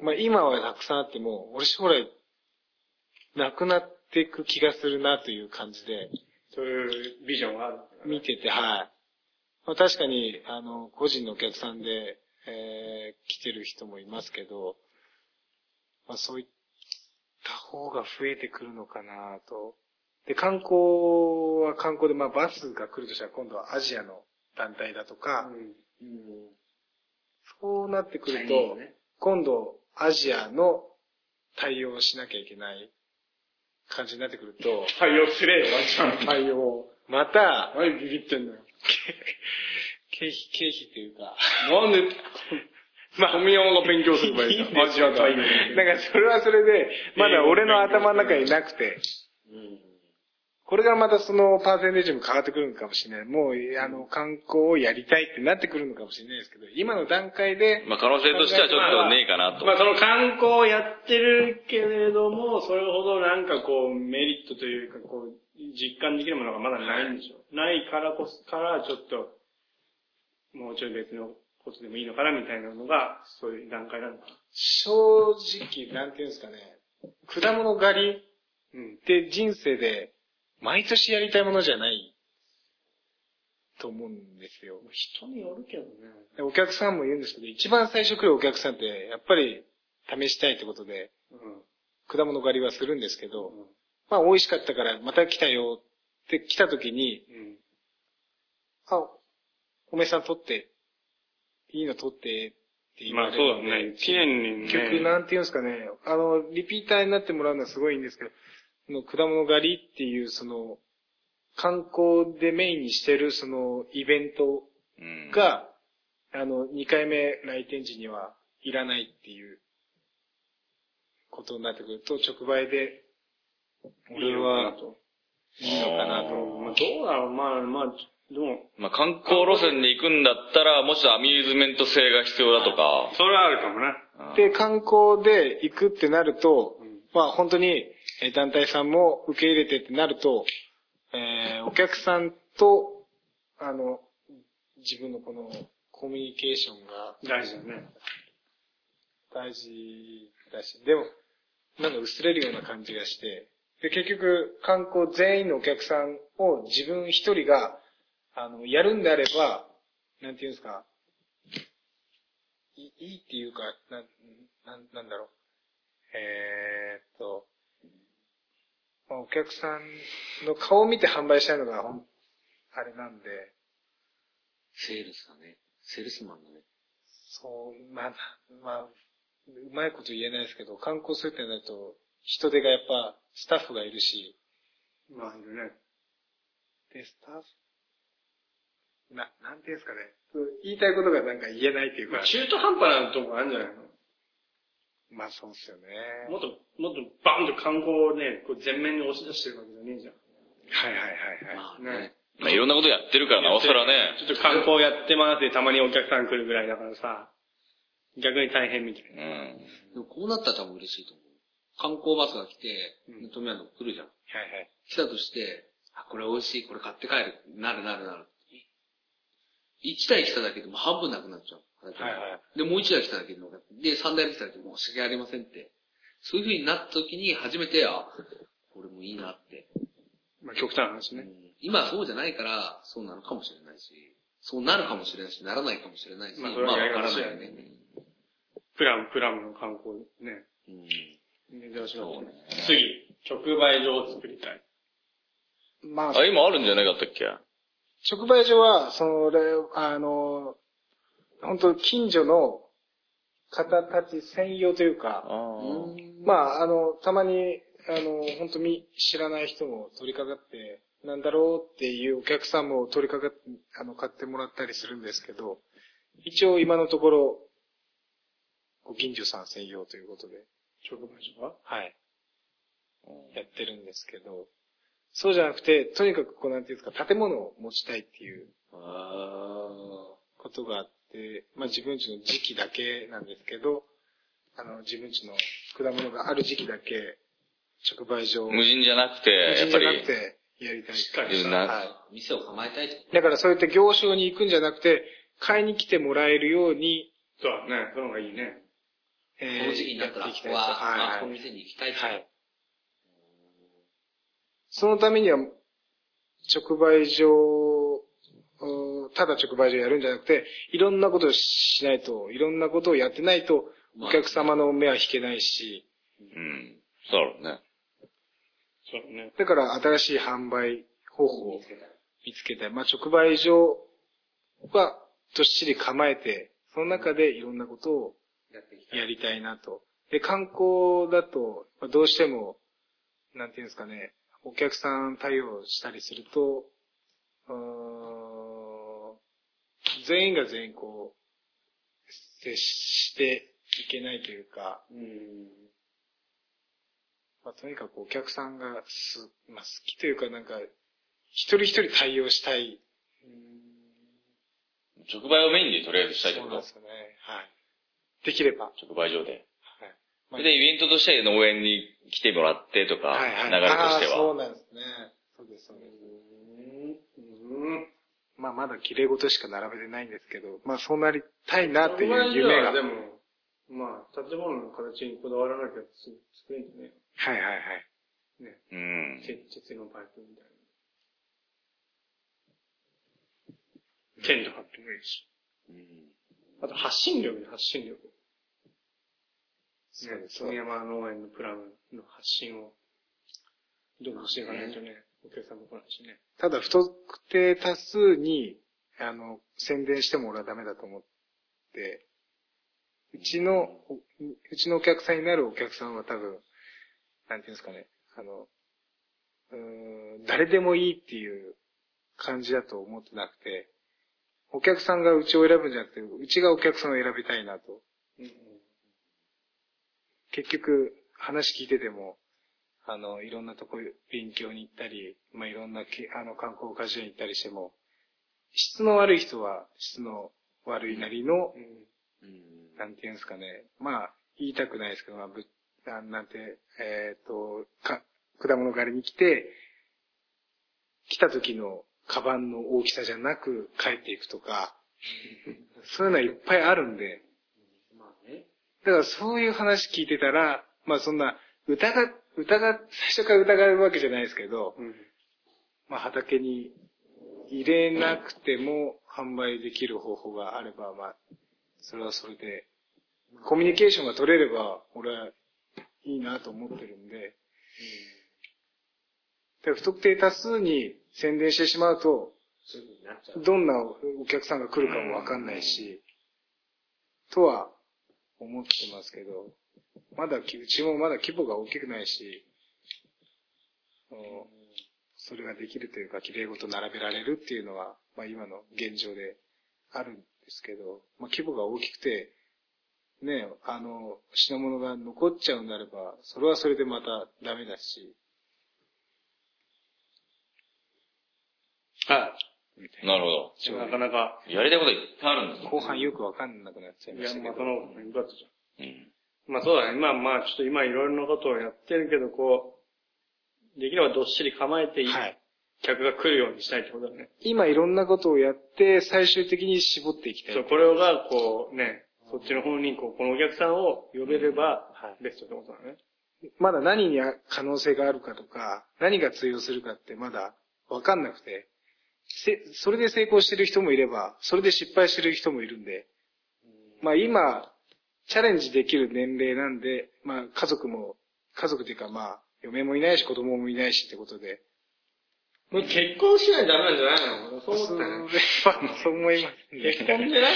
[SPEAKER 3] うん。
[SPEAKER 4] まあ今はたくさんあっても、俺将来、なくなっていく気がするなという感じで、
[SPEAKER 3] そういうビジョンがあるからね
[SPEAKER 4] 見てて、はい。まあ確かに、あの、個人のお客さんで、えー来てる人もいますけど、まあそういった方が増えてくるのかなと。で、観光は観光で、まあバスが来るとしたら今度はアジアの団体だとか、
[SPEAKER 1] うん。
[SPEAKER 4] そうなってく
[SPEAKER 1] チャイ
[SPEAKER 4] る
[SPEAKER 1] ニーズ
[SPEAKER 4] と、
[SPEAKER 1] ね
[SPEAKER 4] 今度アジアの対応をしなきゃいけない感じになってくると、
[SPEAKER 3] 対応すれよ、ワンちゃん。
[SPEAKER 4] 対応。また、
[SPEAKER 3] 何ビビってんだよ。
[SPEAKER 4] 経費、経費というか、
[SPEAKER 3] なんで、 まあ、富山が勉強すればいいじゃん。アジア対応。
[SPEAKER 4] なんかそれはそれで、まだ俺の頭の中になくて、
[SPEAKER 1] うん。
[SPEAKER 4] これがまたそのパーセンテージも変わってくるのかもしれない。もう、あの、観光をやりたいってなってくるのかもしれないですけど、今の段階で、
[SPEAKER 2] まあ可能性としてはちょっとねえかなと。
[SPEAKER 3] まあその観光をやってるけれども、それほどなんかこうメリットというかこう実感できるものがまだないんでしょ。ないからこそ、からちょっと、もうちょい別のことでもいいのかなみたいなのが、そういう段階なのかな。
[SPEAKER 4] 正直、なんていうんですかね、果物狩り
[SPEAKER 3] うん
[SPEAKER 4] っ。て人生で、毎年やりたいものじゃない、と思うんですよ。
[SPEAKER 3] 人によるけどね。
[SPEAKER 4] でお客さんも言うんですけど、一番最初来るお客さんって、やっぱり試したいってことで、
[SPEAKER 3] う
[SPEAKER 4] 果物狩りはするんですけど、
[SPEAKER 3] ん。
[SPEAKER 4] まあ美味しかったからまた来たよって来た時に、
[SPEAKER 3] うん。
[SPEAKER 4] あ、おめさん取って、いいの取ってって言わ
[SPEAKER 3] まあ
[SPEAKER 4] れ
[SPEAKER 3] そ
[SPEAKER 4] る
[SPEAKER 3] うだね。一年にね。
[SPEAKER 4] 結局なんて言うんですかね、あの、リピーターになってもらうのはすごいいいんですけど、その果物狩りっていうその、観光でメインにしてるそのイベント
[SPEAKER 2] うん。
[SPEAKER 4] が、あの、2回目来店時にはいらないっていうことになってくると、直売で、俺は、いいのかな
[SPEAKER 3] う
[SPEAKER 4] と。
[SPEAKER 3] んまあどうだろう、まあまあ、でも、
[SPEAKER 2] まあ、観光路線で行くんだったら、もうちょっとアミューズメント性が必要だとか。
[SPEAKER 3] それはあるかもな。
[SPEAKER 4] で、観光で行くってなると、
[SPEAKER 3] うん
[SPEAKER 4] まあ本当にえー団体さんも受け入れてってなると、えーお客さんと、あの、自分のこのコミュニケーションが
[SPEAKER 3] 大事だね。
[SPEAKER 4] 大事だし、でも、なんか薄れるような感じがして、で、結局、観光全員のお客さんを自分一人が、あの、やるんであれば、なんていうんですか、いいいっていうか、なん、なん、なんだろう。えーっと、まあ、お客さんの顔を見て販売したいのが、ほんあれなんで、
[SPEAKER 5] セールスだね。セールスマンだね。
[SPEAKER 4] そう、まあ、まあ、うまいこと言えないですけど、観光するってなると、人手がやっぱ、スタッフがいるし、
[SPEAKER 3] まあ、いるね。
[SPEAKER 4] で、スタッフ、な、なんていうんですかね。言いたいことがなんか言えないっていう
[SPEAKER 3] ま
[SPEAKER 4] か
[SPEAKER 3] あ、、中途半端なとこあるんじゃないの
[SPEAKER 4] まあそうっすよね。
[SPEAKER 3] もっと、もっとバンと観光をね、こう全面に押し出してるわけじゃねえじゃん。
[SPEAKER 4] はいはい
[SPEAKER 5] ま
[SPEAKER 4] はいはい。
[SPEAKER 5] あね。
[SPEAKER 2] まあ、いろんなことやってるから、なおさらね。
[SPEAKER 3] ちょっと観光やってますで、たまにお客さん来るぐらいだからさ、逆に大変みたいな。
[SPEAKER 2] うん。
[SPEAKER 5] でもこうなったら多分嬉しいと思う。観光バスが来て、
[SPEAKER 3] うん
[SPEAKER 5] 富山の来るじゃん。
[SPEAKER 4] はいはい。
[SPEAKER 5] 来たとして、あ、これ美味しい、これ買って帰る。なるなるなる。1台来ただけでも半分なくなっちゃう。
[SPEAKER 4] はいは
[SPEAKER 5] で、もう1台来ただけでも、で、3台来ただけでも申し訳ありませんって。そういう風になった時に初めて、あ、これもいいなって。
[SPEAKER 3] まあ、極端な話
[SPEAKER 5] う
[SPEAKER 3] ね。
[SPEAKER 5] ん今はそうじゃないから、そうなのかもしれないし、そうなるかもしれないし、ならないかもしれないし、ま
[SPEAKER 3] まあ
[SPEAKER 5] あ
[SPEAKER 3] それは
[SPEAKER 5] わ
[SPEAKER 3] やり
[SPEAKER 5] か
[SPEAKER 3] 方
[SPEAKER 5] ら
[SPEAKER 3] 次
[SPEAKER 5] ない
[SPEAKER 3] 第
[SPEAKER 5] よ
[SPEAKER 3] ね
[SPEAKER 5] ね。
[SPEAKER 3] プラム、プラムの観光ね。
[SPEAKER 5] うん
[SPEAKER 3] 珍しかっ
[SPEAKER 2] そ
[SPEAKER 3] た
[SPEAKER 2] う
[SPEAKER 3] ね
[SPEAKER 2] ね。
[SPEAKER 3] 次、直売所を作りたい。
[SPEAKER 4] まあ、
[SPEAKER 2] あ、今あるんじゃなかったっけ
[SPEAKER 4] 直売所は、その、れあの、本当近所の方たち専用というか、
[SPEAKER 2] あー
[SPEAKER 4] まあ、あの、たまに、あの、本当に知らない人も取り掛かって、なんだろうっていうお客さんも取り掛かって、あの、買ってもらったりするんですけど、一応今のところ、ご近所さん専用ということで、
[SPEAKER 3] 直売所は
[SPEAKER 4] はい、
[SPEAKER 2] うん
[SPEAKER 4] やってるんですけど、そうじゃなくて、とにかくこうなんていうんですか、建物を持ちたいっていう
[SPEAKER 5] あ
[SPEAKER 4] ことがあって、まあ自分ちの時期だけなんですけど、あの、自分ちの果物がある時期だけ、直売所を
[SPEAKER 2] 無人じゃなくて、や
[SPEAKER 4] 無人じ
[SPEAKER 2] っぱ
[SPEAKER 4] ゃな
[SPEAKER 2] り
[SPEAKER 4] く。て、やりたい。
[SPEAKER 3] しっかり
[SPEAKER 2] 自
[SPEAKER 3] し
[SPEAKER 2] 分
[SPEAKER 3] た。
[SPEAKER 2] な
[SPEAKER 4] は
[SPEAKER 5] ー店を構えたいってこ
[SPEAKER 4] い。だからそういった行商に行くんじゃなくて、買いに来てもらえるように、
[SPEAKER 3] そうだね。その方がいいね。
[SPEAKER 4] え
[SPEAKER 5] とこの時期になったら、あ
[SPEAKER 4] やっていき
[SPEAKER 5] そ
[SPEAKER 4] た
[SPEAKER 5] こ
[SPEAKER 4] いとはい
[SPEAKER 5] は、あ、こ
[SPEAKER 4] は
[SPEAKER 5] の
[SPEAKER 4] い。
[SPEAKER 5] 店に行きたいってこ
[SPEAKER 4] は
[SPEAKER 5] と
[SPEAKER 4] い。そのためには、直売所、うんただ直売所やるんじゃなくて、いろんなことをしないと、いろんなことをやってないと、
[SPEAKER 5] まあ
[SPEAKER 4] お客様の目は引けないし、
[SPEAKER 2] うん。そうだろうね。
[SPEAKER 3] そうだね。
[SPEAKER 4] だから新しい販売方法
[SPEAKER 5] 見
[SPEAKER 4] を
[SPEAKER 5] つけたい
[SPEAKER 4] 見つけたい。まあ、直売所はどっしり構えて、その中でいろんなことを
[SPEAKER 5] やっていきたい。
[SPEAKER 4] やりたいなと。で、観光だと、まあどうしても、なんていうんですかね、お客さん対応したりすると、うーん全員が全員こう、接していけないというか、
[SPEAKER 3] うん。
[SPEAKER 4] まあ、とにかくお客さんがす、まあ、好きというかなんか、一人一人対応したい。
[SPEAKER 2] 直売をメインでとりあえずしたいって
[SPEAKER 4] そう
[SPEAKER 2] こ
[SPEAKER 4] なん
[SPEAKER 2] と
[SPEAKER 4] です。よね。はい。できれば。はい。
[SPEAKER 2] 直売所で。
[SPEAKER 4] まあ
[SPEAKER 2] それで、イベントとして農園に来てもらってとか、流れとして
[SPEAKER 4] あーそう
[SPEAKER 2] は。
[SPEAKER 4] なんですね。そうです、そうです。
[SPEAKER 3] うん。
[SPEAKER 4] まあまだ綺麗事しか並べてないんですけど、まあそうなりたいなってい
[SPEAKER 3] 直売
[SPEAKER 4] う
[SPEAKER 3] 所
[SPEAKER 4] 夢が。
[SPEAKER 3] は
[SPEAKER 4] はい
[SPEAKER 3] で
[SPEAKER 4] はい
[SPEAKER 3] も、まあ、建物の形にこだわらなきゃす作れんじゃね
[SPEAKER 4] はい。
[SPEAKER 3] えよね。
[SPEAKER 2] うん。
[SPEAKER 3] 鉄鉄のパイプみたい剣とかってもいいし。あと発信力ね、発信力。
[SPEAKER 4] そう
[SPEAKER 3] ね
[SPEAKER 4] で、す
[SPEAKER 3] 富山農園のプラムの発信を、どうもしていかないとね、お客さんも来ないしね。
[SPEAKER 4] ただ、不特定多数に、あの、宣伝しても俺はダメだと思って、うちの、おうちのお客さんになるお客さんは多分、なんていうんですかね、あの、うーん、誰でもいいっていう感じだと思ってなくて、お客さんがうちを選ぶんじゃなくて、うちがお客さんを選びたいなと。結局、話聞いてても、あの、いろんなとこ勉強に行ったり、まあ、いろんなけ、あの、観光果樹園行ったりしても、質の悪い人は質の悪いなりの、なんていうんですかね、まあ、言いたくないですけど、まあ、ぶ、なんなんて、えっ、と、か、果物狩りに来て、来た時のカバンの大きさじゃなく帰っていくと か、そういうのはいっぱいあるんで、
[SPEAKER 1] まあね。
[SPEAKER 4] だからそういう話聞いてたら、まあそんな、疑っ、疑っ、最初から疑うわけじゃないですけど、
[SPEAKER 3] うん。
[SPEAKER 4] まあ畑に入れなくても販売できる方法があれば、まあ、それはそれで、コミュニケーションが取れれば、俺はいいなと思ってるんで、で不特定多数に宣伝してしまうと、
[SPEAKER 1] そういう風になっちゃう。
[SPEAKER 4] どんなお客さんが来るかもわかんないし、とは思ってますけど、まだき、うちもまだ規模が大きくないし、あのそれができるというか、綺麗事並べられるっていうのは、まあ今の現状であるんですけど、まあ規模が大きくて、ね、あの、品物が残っちゃうんなれば、それはそれでまたダメだし、
[SPEAKER 3] は
[SPEAKER 2] なるほど。
[SPEAKER 3] い。なかなか、
[SPEAKER 2] やりたいこといっぱいあるんですね。
[SPEAKER 4] 後半よくわかんなくなっちゃい
[SPEAKER 3] い
[SPEAKER 4] ま
[SPEAKER 3] や、
[SPEAKER 4] したけ
[SPEAKER 3] まあ
[SPEAKER 4] ど
[SPEAKER 3] そ。の方がよかったじゃん。
[SPEAKER 2] うん。
[SPEAKER 3] まあそうだね。まあまあ、ちょっと今いろいろなことをやってるけど、こう、できればどっしり構えて、
[SPEAKER 4] はい。
[SPEAKER 3] 客が来るようにしたいってことだね。
[SPEAKER 4] 今いろんなことをやって、最終的に絞っていきたい。
[SPEAKER 3] そう、これが、こうね、そっちの方に、こう、このお客さんを呼べれば
[SPEAKER 4] うんはい、
[SPEAKER 3] ベストってことだね。
[SPEAKER 4] まだ何に可能性があるかとか、何が通用するかってまだわかんなくて、せ、それで成功してる人もいれば、それで失敗してる人もいるんで、まあ今、チャレンジできる年齢なんで、まあ家族も、家族っていうかまあ、嫁もいないし子供もいないしってことで、
[SPEAKER 1] もう結婚しないとダメなんじゃないのそう思
[SPEAKER 4] そ
[SPEAKER 1] っ
[SPEAKER 4] れ
[SPEAKER 1] た
[SPEAKER 4] は
[SPEAKER 1] ね。
[SPEAKER 4] そう思います
[SPEAKER 3] 結
[SPEAKER 4] ね。
[SPEAKER 3] 婚でね、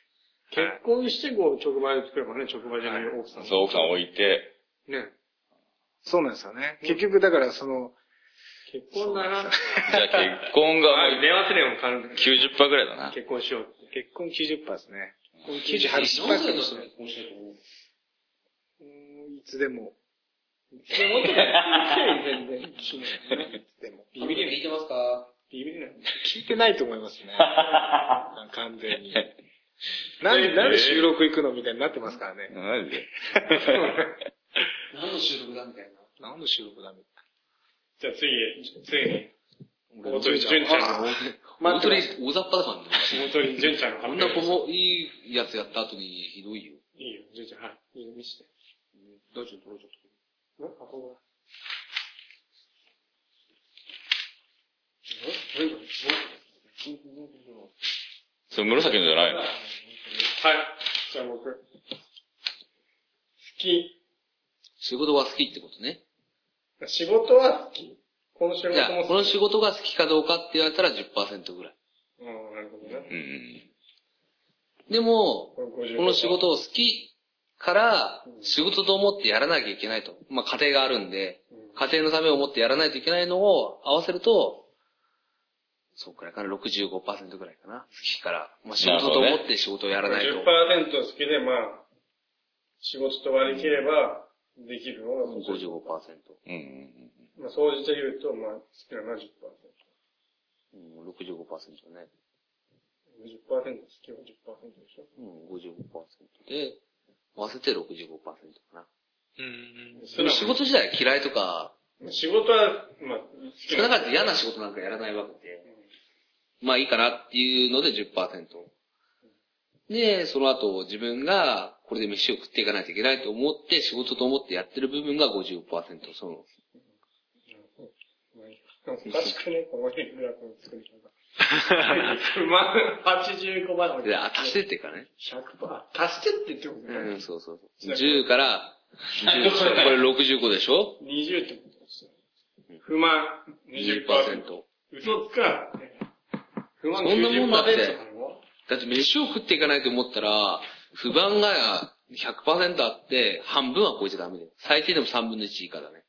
[SPEAKER 3] 結婚して、こう、直売を作ればね、直売じゃない奥さんを。
[SPEAKER 2] そう、奥さん置いて、
[SPEAKER 3] ね。
[SPEAKER 4] そうなんですよね。結局だからその、
[SPEAKER 3] 結婚だな。
[SPEAKER 2] じゃあ結婚が
[SPEAKER 3] あ、電話すれば変わるんだけ
[SPEAKER 2] 90%ぐらいだな。
[SPEAKER 3] ど、結婚しようって。
[SPEAKER 4] 結婚90%ですね。
[SPEAKER 1] 98
[SPEAKER 4] 98%失敗する
[SPEAKER 1] の
[SPEAKER 4] と
[SPEAKER 1] 人が結婚しないと思う。
[SPEAKER 4] うんいつで も、
[SPEAKER 1] でも、全然。
[SPEAKER 4] いつでも。
[SPEAKER 1] ビビリ聞いてますか
[SPEAKER 3] ビビりない。
[SPEAKER 4] 聞いてないと思います ね。完全 に。なんで、なんで収録行くのみたいになってますからね。
[SPEAKER 2] マ ジで。
[SPEAKER 1] 何の収録だみたいな。
[SPEAKER 4] 何の収録だみ
[SPEAKER 3] じゃあ次へ、次に、
[SPEAKER 1] 俺
[SPEAKER 3] 大鳥純ちゃんの、
[SPEAKER 1] 本当に大雑把だからね。
[SPEAKER 3] 大鳥純ちゃんの
[SPEAKER 1] あんな
[SPEAKER 3] 発表
[SPEAKER 1] このいいやつやった後にひどいよ。
[SPEAKER 3] いいよ、純ちゃん、はい。いいよ、見して。
[SPEAKER 1] 大丈夫、大丈夫。
[SPEAKER 3] んあ、こ
[SPEAKER 2] それ紫のじゃないの
[SPEAKER 3] こはい。じゃあ僕。好き。
[SPEAKER 1] 仕事は好きってことね。
[SPEAKER 3] 仕事は好き。この仕事
[SPEAKER 1] じゃ
[SPEAKER 3] も
[SPEAKER 1] あ、こ
[SPEAKER 3] 好
[SPEAKER 1] の
[SPEAKER 3] き。
[SPEAKER 1] 仕事が好きかどうかって言われたら10%ぐらい。
[SPEAKER 3] うん、なるほどね。
[SPEAKER 2] うんうん。
[SPEAKER 1] でも、
[SPEAKER 3] この50
[SPEAKER 1] この仕。事を好きから、仕事と思ってやらなきゃいけないと。まあ、家庭があるんで、家庭のためを思ってやらないといけないのを合わせると、そうくらいかな、65%ぐらいかな。好きから。まあ、仕事と思って仕事をやらないと。
[SPEAKER 3] 50%好きで、まあ、仕事と割り切れば、できるのが、
[SPEAKER 1] 55%。
[SPEAKER 2] うんうん
[SPEAKER 3] まあ、総じて言うと、まあ、好きなのは10%。
[SPEAKER 1] うん、65%ね。
[SPEAKER 3] 10%好きは10%でしょ。
[SPEAKER 1] うん、55%で、合わせて65%かな。
[SPEAKER 3] そ
[SPEAKER 1] で
[SPEAKER 3] れ
[SPEAKER 1] も
[SPEAKER 3] は
[SPEAKER 1] 仕事自体嫌いとか、
[SPEAKER 3] 仕事は、まあ、好き
[SPEAKER 1] 少な
[SPEAKER 3] な。
[SPEAKER 1] かった嫌な仕事なんかやらないわけで、まあいいかなっていうので10%。で、その後自分がこれで飯を食っていかないといけないと思って、仕事と思ってやってる部分が50%。その、
[SPEAKER 3] おかしくね、この辺グラフの作り方。まあ、85番
[SPEAKER 1] で、あ足してっていうかね。
[SPEAKER 3] 100%。足してってってことね。
[SPEAKER 1] うん、そうそうそう。10から、10こ れ65でしょ
[SPEAKER 3] 20ってことですよ。不満
[SPEAKER 1] 20%。
[SPEAKER 3] 20%。嘘つか。不満
[SPEAKER 1] そんなもんだって
[SPEAKER 3] 90%とかよ
[SPEAKER 1] だって飯を食っていかないと思ったら、不満が100%あって、半分は超えちゃダメだよ。最低でも3分の1以下だね。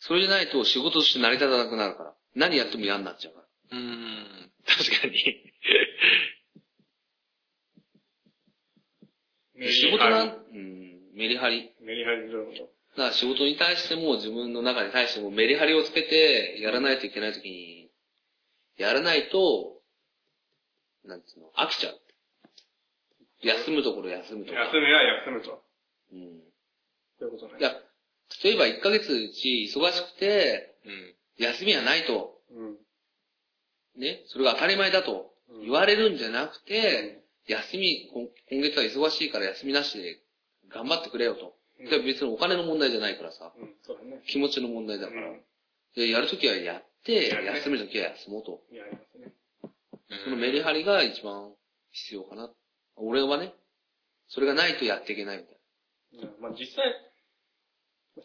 [SPEAKER 1] それじゃないと仕事として成り立たなくなるから。何やっても嫌になっちゃうから。
[SPEAKER 5] うーん。
[SPEAKER 1] 確かに。
[SPEAKER 3] メリ
[SPEAKER 1] 仕事
[SPEAKER 3] ハ
[SPEAKER 1] な、
[SPEAKER 3] リ
[SPEAKER 1] うん、メリハリ。
[SPEAKER 3] メリハリどうぞ
[SPEAKER 1] だから仕事に対しても自分の中に対してもメリハリをつけてやらないといけないときに、やらないと、なんつうの、飽きちゃう。休むところ休むと
[SPEAKER 3] 休
[SPEAKER 1] こ
[SPEAKER 3] み
[SPEAKER 1] ろ
[SPEAKER 3] は。休むと。
[SPEAKER 1] うん
[SPEAKER 3] ということ
[SPEAKER 1] い
[SPEAKER 3] ね。
[SPEAKER 1] や、例えば1ヶ月うち忙しくて、
[SPEAKER 5] うん。
[SPEAKER 1] 休みはないと、
[SPEAKER 3] うん。
[SPEAKER 1] ね、それが当たり前だと
[SPEAKER 3] うん
[SPEAKER 1] 言われるんじゃなくて、休み、こん今月は忙しいから休みなしで頑張ってくれよと。
[SPEAKER 3] うん
[SPEAKER 1] でも別にお金の問題じゃないからさ、
[SPEAKER 3] うん、そうだね。
[SPEAKER 1] 気持ちの問題だ
[SPEAKER 3] だ
[SPEAKER 1] か。
[SPEAKER 3] からら、
[SPEAKER 1] で、やるときはやって、
[SPEAKER 3] やるね
[SPEAKER 1] 休めるときは休もうと。
[SPEAKER 3] やりますね。
[SPEAKER 1] そのメリハリが一番必要かな。俺はね、それがないとやっていけないみたい
[SPEAKER 3] うんまあ実際、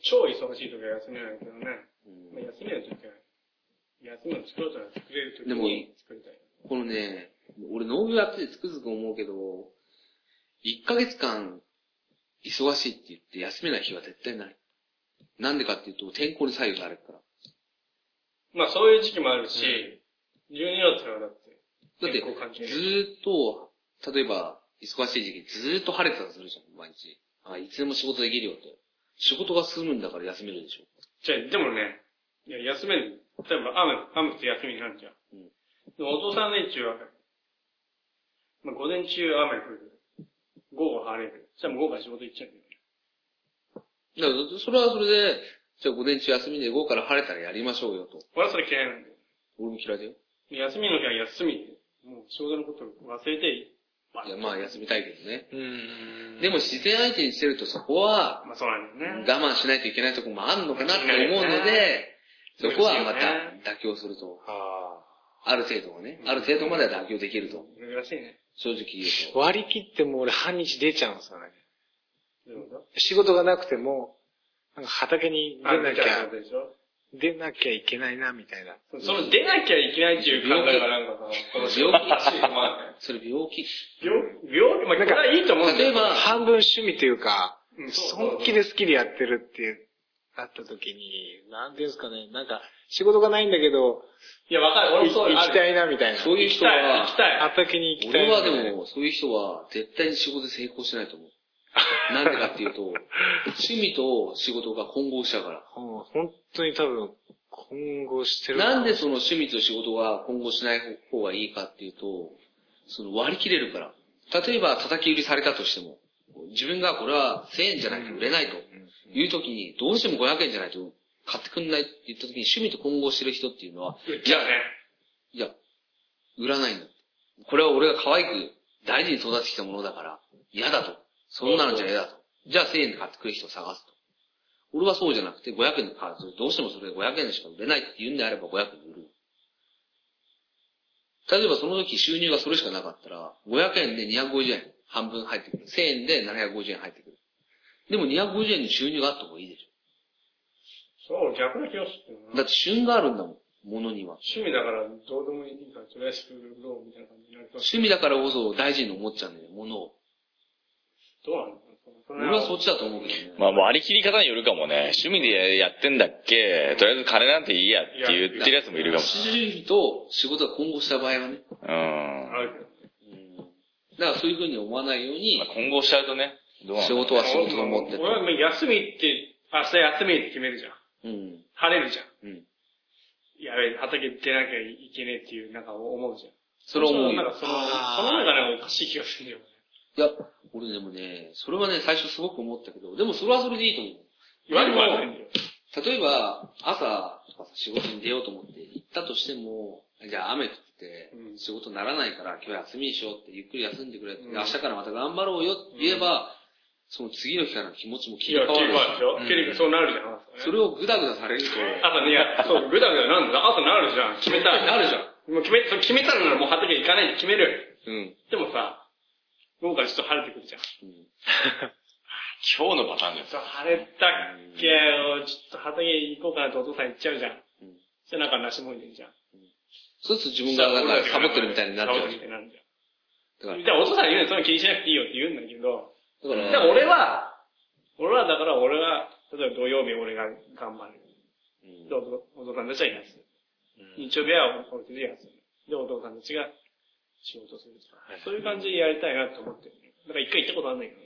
[SPEAKER 3] 超忙しい時は休めないけどね。ま
[SPEAKER 1] な。うん
[SPEAKER 3] あ、休める時は、休むの作ろうとは作れる時
[SPEAKER 1] でもいい
[SPEAKER 3] 作りたい。
[SPEAKER 1] このね、俺農業やっててつくづく思うけど、1ヶ月間忙しいって言って休めない日は絶対ない。なんでかっていうと天候に左右されるから。
[SPEAKER 3] まあそういう時期もあるし、12月はだって、
[SPEAKER 1] だって
[SPEAKER 3] 天候関係ない
[SPEAKER 1] ずーっと、例えば忙しい時期ずーっと晴れてたとするじゃん、毎日。あ、いつでも仕事できるよって。仕事が進むんだから休めるでしょ。
[SPEAKER 3] じゃあでもね、いや休める。例えば雨、雨って休みになるじゃん。
[SPEAKER 1] うん
[SPEAKER 3] でもお父さん連中は、まあ午前中雨降る。午後晴れる。じゃあもう午後から仕事行っちゃうんだよ
[SPEAKER 1] だ
[SPEAKER 3] ね。
[SPEAKER 1] からそれはそれで、じゃあ午前中休みで午後から晴れたらやりましょうよと。
[SPEAKER 3] 俺はそれ嫌いなんだよ。
[SPEAKER 1] 俺も嫌いだよ。
[SPEAKER 3] 休みの日は休みで、もう仕事のことを忘れていい。
[SPEAKER 1] いや、まあ休みたいけどね。
[SPEAKER 5] うーん。
[SPEAKER 1] でも自然相手にしてるとそこは、
[SPEAKER 3] まあそうなんだよね。
[SPEAKER 1] 我慢しないといけないとこもあるのかなって思うので、そこはまた妥協すると。
[SPEAKER 4] あ
[SPEAKER 1] ある程度はね。ある程度までは妥協できると。
[SPEAKER 3] 難しいね。
[SPEAKER 1] 正直言う
[SPEAKER 4] あ。割り切ってもう俺半日出ちゃうんですよね。
[SPEAKER 3] どういうこ
[SPEAKER 4] 仕事がなくても、なんか畑に
[SPEAKER 3] と
[SPEAKER 4] 出なきゃ、
[SPEAKER 3] あ出でしょ
[SPEAKER 4] 出なきゃいけないな、みたいな。
[SPEAKER 3] そその出なきゃいけないっていう考えがなんかさ、この病気らしいのもあるね
[SPEAKER 1] と。それ病気。
[SPEAKER 3] 病病気、まあこれはいいと思うんだ
[SPEAKER 1] 例
[SPEAKER 3] よ。
[SPEAKER 1] えば
[SPEAKER 4] 半分趣味というか、
[SPEAKER 3] うん
[SPEAKER 4] 本気で好きでやってるっていう、あった時に、なんていうんですかね、なんか、仕事がないんだけど、
[SPEAKER 3] いや、わかる。俺もそう
[SPEAKER 4] い行きた
[SPEAKER 3] い。
[SPEAKER 4] いな、みたいな。
[SPEAKER 1] そういう
[SPEAKER 3] 行き
[SPEAKER 1] 人
[SPEAKER 3] たい、行
[SPEAKER 1] は
[SPEAKER 3] き、たい。
[SPEAKER 4] 畑に行きたい
[SPEAKER 1] 俺
[SPEAKER 4] な。
[SPEAKER 1] はでも、そういう人は絶対に仕事で成功しないと思う。なんでかって いうと、趣味と仕事が混合しちゃうから。
[SPEAKER 4] うん、本当に多分、混合してる。
[SPEAKER 1] なんでその趣味と仕事が混合しない方がいいかっていうと、その割り切れるから。例えば叩き売りされたとしても、自分がこれは1000円じゃないと売れないという時に、どうしても500円じゃないと買ってくんないって言った時に趣味と混合してる人っていうのは、
[SPEAKER 3] じゃあね。
[SPEAKER 1] いや、売らないんだ。これは俺が可愛く大事に育ててきたものだから、嫌だと。そんなのじゃ嫌だと。じゃあ1000円で買ってくる人を探すと。俺はそうじゃなくて500円で買うと。どうしてもそれ500円でしか売れないって言うんであれば500円で売る。例えばその時収入がそれしかなかったら、500円で250円半分入ってくる。1000円で750円入ってくる。でも250円の収入があった方がいいでし
[SPEAKER 3] そう、逆の気がする
[SPEAKER 1] ょ。だ
[SPEAKER 3] な。
[SPEAKER 1] って旬があるんだもん。ものには。
[SPEAKER 3] 趣味だから、どうでもいいから、とりあえずどうみたいな感じになりそう。
[SPEAKER 1] 趣味だからこそ大事に思っちゃうんだよね、ものを。
[SPEAKER 3] どうなんだろう。それ
[SPEAKER 1] 俺
[SPEAKER 3] は
[SPEAKER 1] はそっちだと思うけどね。
[SPEAKER 2] まあ、もうありきり方によるかもね。趣味でやってんだっけとりあえず金なんていいやって言ってるやつもいるかもし
[SPEAKER 1] 主義と仕事が混合した場合はね。
[SPEAKER 2] れない。うん。
[SPEAKER 3] ある
[SPEAKER 1] だからそういう風に思わないように
[SPEAKER 2] まあ、混合しちゃうとね、どうなんだ
[SPEAKER 1] 仕
[SPEAKER 2] ろう
[SPEAKER 1] 事は仕事と思って
[SPEAKER 3] け
[SPEAKER 1] る
[SPEAKER 3] ど。。俺はもう休みって、明日休みって決めるじゃん。
[SPEAKER 1] うん。
[SPEAKER 3] 晴れるじゃん。
[SPEAKER 1] うん。
[SPEAKER 3] やべえ、畑出なきゃいけねえっていう、なんか思うじゃん。
[SPEAKER 1] それは思う
[SPEAKER 3] なん
[SPEAKER 1] よ。
[SPEAKER 3] かその、その中でおかしい気がするんだよ。
[SPEAKER 1] いや、俺でもね、それはね、最初すごく思ったけど、でもそれはそれでいいと思う。
[SPEAKER 3] 悪くはないんだよ。
[SPEAKER 1] 例えば、朝とかさ、仕事に出ようと思って行ったとしても、じゃあ雨降って
[SPEAKER 3] う、ん
[SPEAKER 1] 仕事にならないから今日休みにしようって、ゆっくり休んでくれって、
[SPEAKER 3] うん
[SPEAKER 1] 明日からまた頑張ろうよって言えば、その次の日からの気持ちも切
[SPEAKER 3] い
[SPEAKER 1] り
[SPEAKER 3] や、
[SPEAKER 1] 替
[SPEAKER 3] 切
[SPEAKER 1] わ
[SPEAKER 3] り
[SPEAKER 1] る
[SPEAKER 3] 替わるでし
[SPEAKER 5] う
[SPEAKER 3] ょ
[SPEAKER 5] ん
[SPEAKER 3] 結局そうなるじゃん。
[SPEAKER 1] それをグダグダされると、
[SPEAKER 3] 朝ね、いや、そう、ぐだぐだなんだ。朝なるじゃん。決めた。
[SPEAKER 1] なるじゃん。
[SPEAKER 3] もう決め、それ決めたのならもう畑行かないで決める。
[SPEAKER 1] うん。
[SPEAKER 3] でもさ、午後からちょっと晴れてくるじゃん。
[SPEAKER 2] 今日のパターンで
[SPEAKER 3] ちょっと晴れたっけよ、ちょっと畑行こうかなとお父さん行っちゃうじゃん。
[SPEAKER 1] ん
[SPEAKER 3] そしたらなんか梨もいるじゃん。
[SPEAKER 1] そうすると自分がなんかサボってるみたいになっちゃ
[SPEAKER 3] サボ
[SPEAKER 1] う
[SPEAKER 3] ってるみ。た
[SPEAKER 1] だから
[SPEAKER 3] いになるじゃん。だからお父さん言うのそんな気にしなくていいよって言うんだけど、
[SPEAKER 1] だから、
[SPEAKER 3] でも俺は、俺はだから俺は、例えば土曜日俺が頑張る。
[SPEAKER 1] うん
[SPEAKER 3] で、お父お父さんたちは休む。日曜日は俺たちが休む。で、お父さんたちが仕事するとか。そういう感じでやりたいなと思ってる。だから一回行ったことあるんだけど、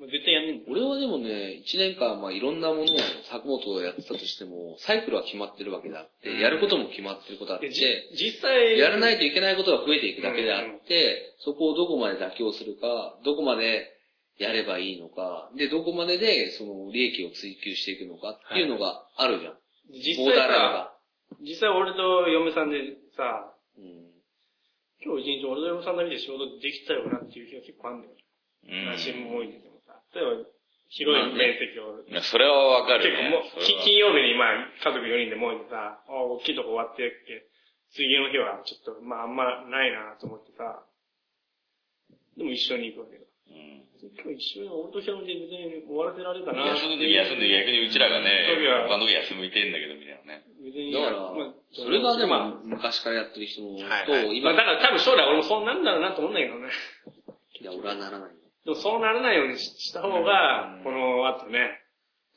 [SPEAKER 3] もう絶対やんねえんだよ。
[SPEAKER 1] 俺はでもね、1年間、まあいろんなものを、作物をやってたとしても、サイクルは決まってるわけであって、やることも決まってることあっ
[SPEAKER 3] で、じ
[SPEAKER 1] て、
[SPEAKER 3] 実際、
[SPEAKER 1] やらないといけないことが増えていくだけであって、そこをどこまで妥協するか、どこまでやればいいのか、で、どこまでで、その、利益を追求していくのかっていうのがあるじゃん。
[SPEAKER 3] 実
[SPEAKER 1] ボー
[SPEAKER 3] 際
[SPEAKER 1] ダーライン
[SPEAKER 3] さ、
[SPEAKER 1] が。
[SPEAKER 3] 実際俺と嫁さんでさ、
[SPEAKER 1] うん
[SPEAKER 3] 今日一日俺と嫁さんだけで仕事できたよなっていう日が結構あるんだよ。
[SPEAKER 2] す
[SPEAKER 3] 写真
[SPEAKER 2] よ。
[SPEAKER 3] も多いんだけどさ。例えば、広い面積を
[SPEAKER 2] うん。いや、それはわか
[SPEAKER 3] 結
[SPEAKER 2] る、
[SPEAKER 3] 構
[SPEAKER 2] ね。
[SPEAKER 3] もう、
[SPEAKER 2] それ
[SPEAKER 3] き
[SPEAKER 2] は
[SPEAKER 3] 金曜日に今、家族4人でもうさ、あ大きいとこ終わってっけ、次の日はちょっと、まああんまないなと思ってさ、でも一緒に行くわけだ。
[SPEAKER 2] うん
[SPEAKER 3] 今日一緒に俺とヒロミで別に終わらせられたな
[SPEAKER 2] 休んでる休んでる逆にうちらがね
[SPEAKER 3] そういや、
[SPEAKER 2] 他の時休みてんだけど、みたいなね。
[SPEAKER 3] 別に、
[SPEAKER 1] だから
[SPEAKER 3] まあ、
[SPEAKER 1] それがで
[SPEAKER 3] ま
[SPEAKER 1] も、昔からやってる人と
[SPEAKER 4] はい、
[SPEAKER 1] 今、い
[SPEAKER 3] あ、だから多分将来俺もそうなんだろうなと思うんだけどね。
[SPEAKER 1] や、俺はならないよ。
[SPEAKER 3] でもそうならないようにしした方が、この後ね、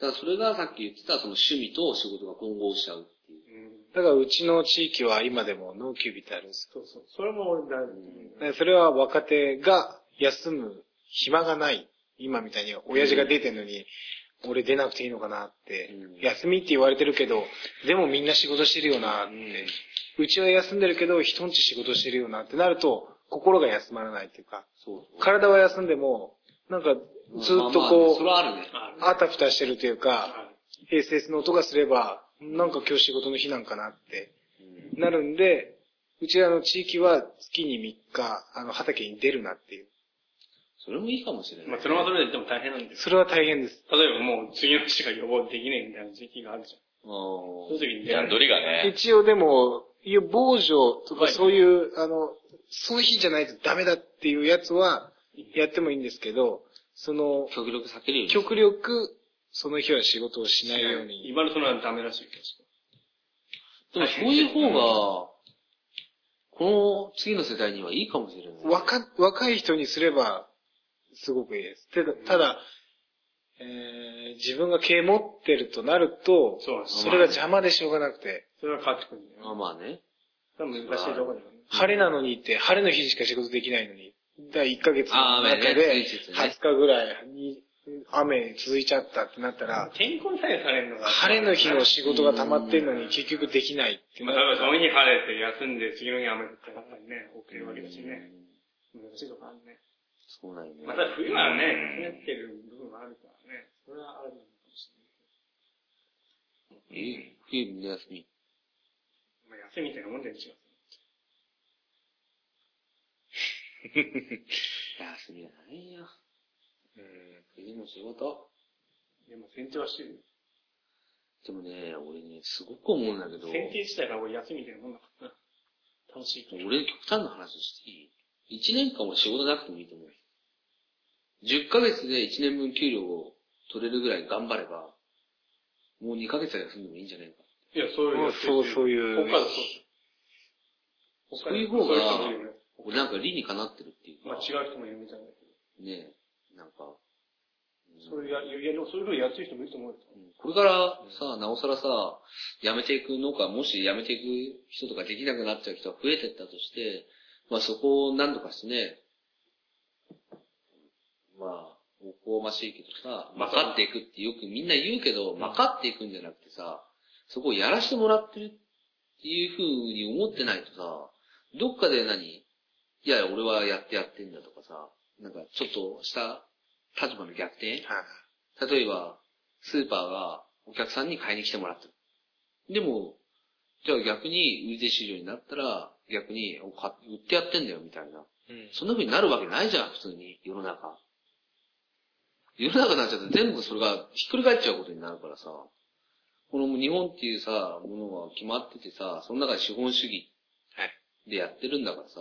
[SPEAKER 1] だからそれがさっき言ってた、その趣味と仕事が混合しちゃうっていう。
[SPEAKER 3] うん、
[SPEAKER 4] だからうちの地域は今でもノーキュビタルです。
[SPEAKER 3] そうそう、それも俺大事、
[SPEAKER 4] だからそれは若手が休む暇がない。今みたいに親父が出てんのに、俺出なくていいのかなって、
[SPEAKER 1] うん
[SPEAKER 4] 休みって言われてるけど、でもみんな仕事してるよなって、うちは休んでるけど人んち仕事してるよなってなると、心が休まらないっていうか、
[SPEAKER 1] そうそう
[SPEAKER 4] 体は休んでも、なんかずっ
[SPEAKER 1] ま
[SPEAKER 4] とこ
[SPEAKER 1] あまあそれはあるね。
[SPEAKER 3] ある
[SPEAKER 4] う、あたふたしてるというか、
[SPEAKER 3] ある
[SPEAKER 4] SS の音がすれば、なんか今日仕事の日なんかなってなるんで、うちらの地域は月に3日、あの、畑に出るなっていう。
[SPEAKER 1] それもいいかもしれな
[SPEAKER 3] まあ
[SPEAKER 1] い。
[SPEAKER 3] それはそれででも大変なんだよ。
[SPEAKER 4] それは大変です。
[SPEAKER 3] 例えばもう次の日しか予防できねえみたいな時期があるじゃん。そういう時に出
[SPEAKER 2] 段
[SPEAKER 3] る。
[SPEAKER 2] 取りがね。
[SPEAKER 4] 一応でも、いや、防除と
[SPEAKER 3] は
[SPEAKER 4] か
[SPEAKER 3] い
[SPEAKER 4] そういう、あの、その日じゃないとダメだっていうやつは、やってもいいんですけど、その、
[SPEAKER 1] 極力避けるように。
[SPEAKER 4] 極力、その日は仕事をしないように。
[SPEAKER 3] 今のそのはダメらしいけ
[SPEAKER 1] で
[SPEAKER 3] ど。
[SPEAKER 1] もそういう方が、この次の世代にはいいかもしれない。
[SPEAKER 4] 若、若い人にすれば、すごくいいです。ただ、ただ、えー自分が毛持ってるとなると、
[SPEAKER 3] そうなんです
[SPEAKER 4] それが邪魔でしょうがなくて、
[SPEAKER 3] それは変わってくるんだ
[SPEAKER 1] まあ
[SPEAKER 3] よ。
[SPEAKER 1] まあね。
[SPEAKER 3] 多分難しいとこだよね。
[SPEAKER 4] 晴れなのにって、晴れの日しか仕事できないのに、だ1ヶ月
[SPEAKER 1] あ
[SPEAKER 4] の
[SPEAKER 1] ー雨ね
[SPEAKER 4] 中で、
[SPEAKER 1] ついついね
[SPEAKER 4] 20日ぐらいに雨続いちゃったってなったら、
[SPEAKER 3] 天候に左右されるのが。
[SPEAKER 4] 晴れの日の
[SPEAKER 3] ま
[SPEAKER 4] 仕事が溜まってんのに結局できないってな
[SPEAKER 3] あ、例えば
[SPEAKER 4] る
[SPEAKER 3] その日晴れて休んで、次の日雨降ってやっぱりね、遅れるわけだしね。難しいとこあるね。
[SPEAKER 1] そうなんよね。
[SPEAKER 3] また冬はね、ひねってる部分もあるからね。それはあるのかもしれない。
[SPEAKER 1] え冬みんな休み。
[SPEAKER 3] まあ、休みみたいなもんで違う。
[SPEAKER 1] 休みがないよ。冬の仕事。
[SPEAKER 3] でも剪定はしてるよ。
[SPEAKER 1] でもね、俺ね、すごく思うんだけど、
[SPEAKER 3] 剪定自体が俺休みみたいなもんだからな。楽しいから。
[SPEAKER 1] 俺極端な話していい一年間は仕事なくてもいいと思う。10ヶ月で1年分給料を取れるぐらい頑張れば、もう2ヶ月は休んでもいいんじゃないか。
[SPEAKER 3] いや、そういう。
[SPEAKER 4] そうそういう
[SPEAKER 3] 北海道そうです。
[SPEAKER 1] そういう方
[SPEAKER 3] 北海道そういう人もいる
[SPEAKER 1] が
[SPEAKER 3] よね、
[SPEAKER 1] 俺なんか理にかなってるっていうか、
[SPEAKER 3] まあ違う人もいるみたいだけど。
[SPEAKER 1] ねえ、なんか、うん
[SPEAKER 3] そういうや、いや、でもそういう風にやってる人もいると思うよ。
[SPEAKER 1] これからさ、なおさらさ、辞めていく農家、もし辞めていく人とかできなくなっちゃう人が増えてったとして、まあそこを何とかしてね、まあ、おこがましいけどさ、
[SPEAKER 3] まあ
[SPEAKER 1] 分かっていくってよくみんな言うけど、分かっていくんじゃなくてさ、そこをやらしてもらってるっていう風に思ってないとさ、どっかで何いや、俺はやってやってんだとかさ、なんかちょっとした立場の逆転
[SPEAKER 4] はい
[SPEAKER 1] 例えば、スーパーがお客さんに買いに来てもらってる。でも、じゃあ逆に売り手市場になったら、逆にお買売ってやってんだよみたいな。そんな風になるわけないじゃん、普通に、世の中。世の中になっちゃって全部それがひっくり返っちゃうことになるからさ、この日本っていうさ、ものが決まっててさ、その中で資本主義でやってるんだからさ、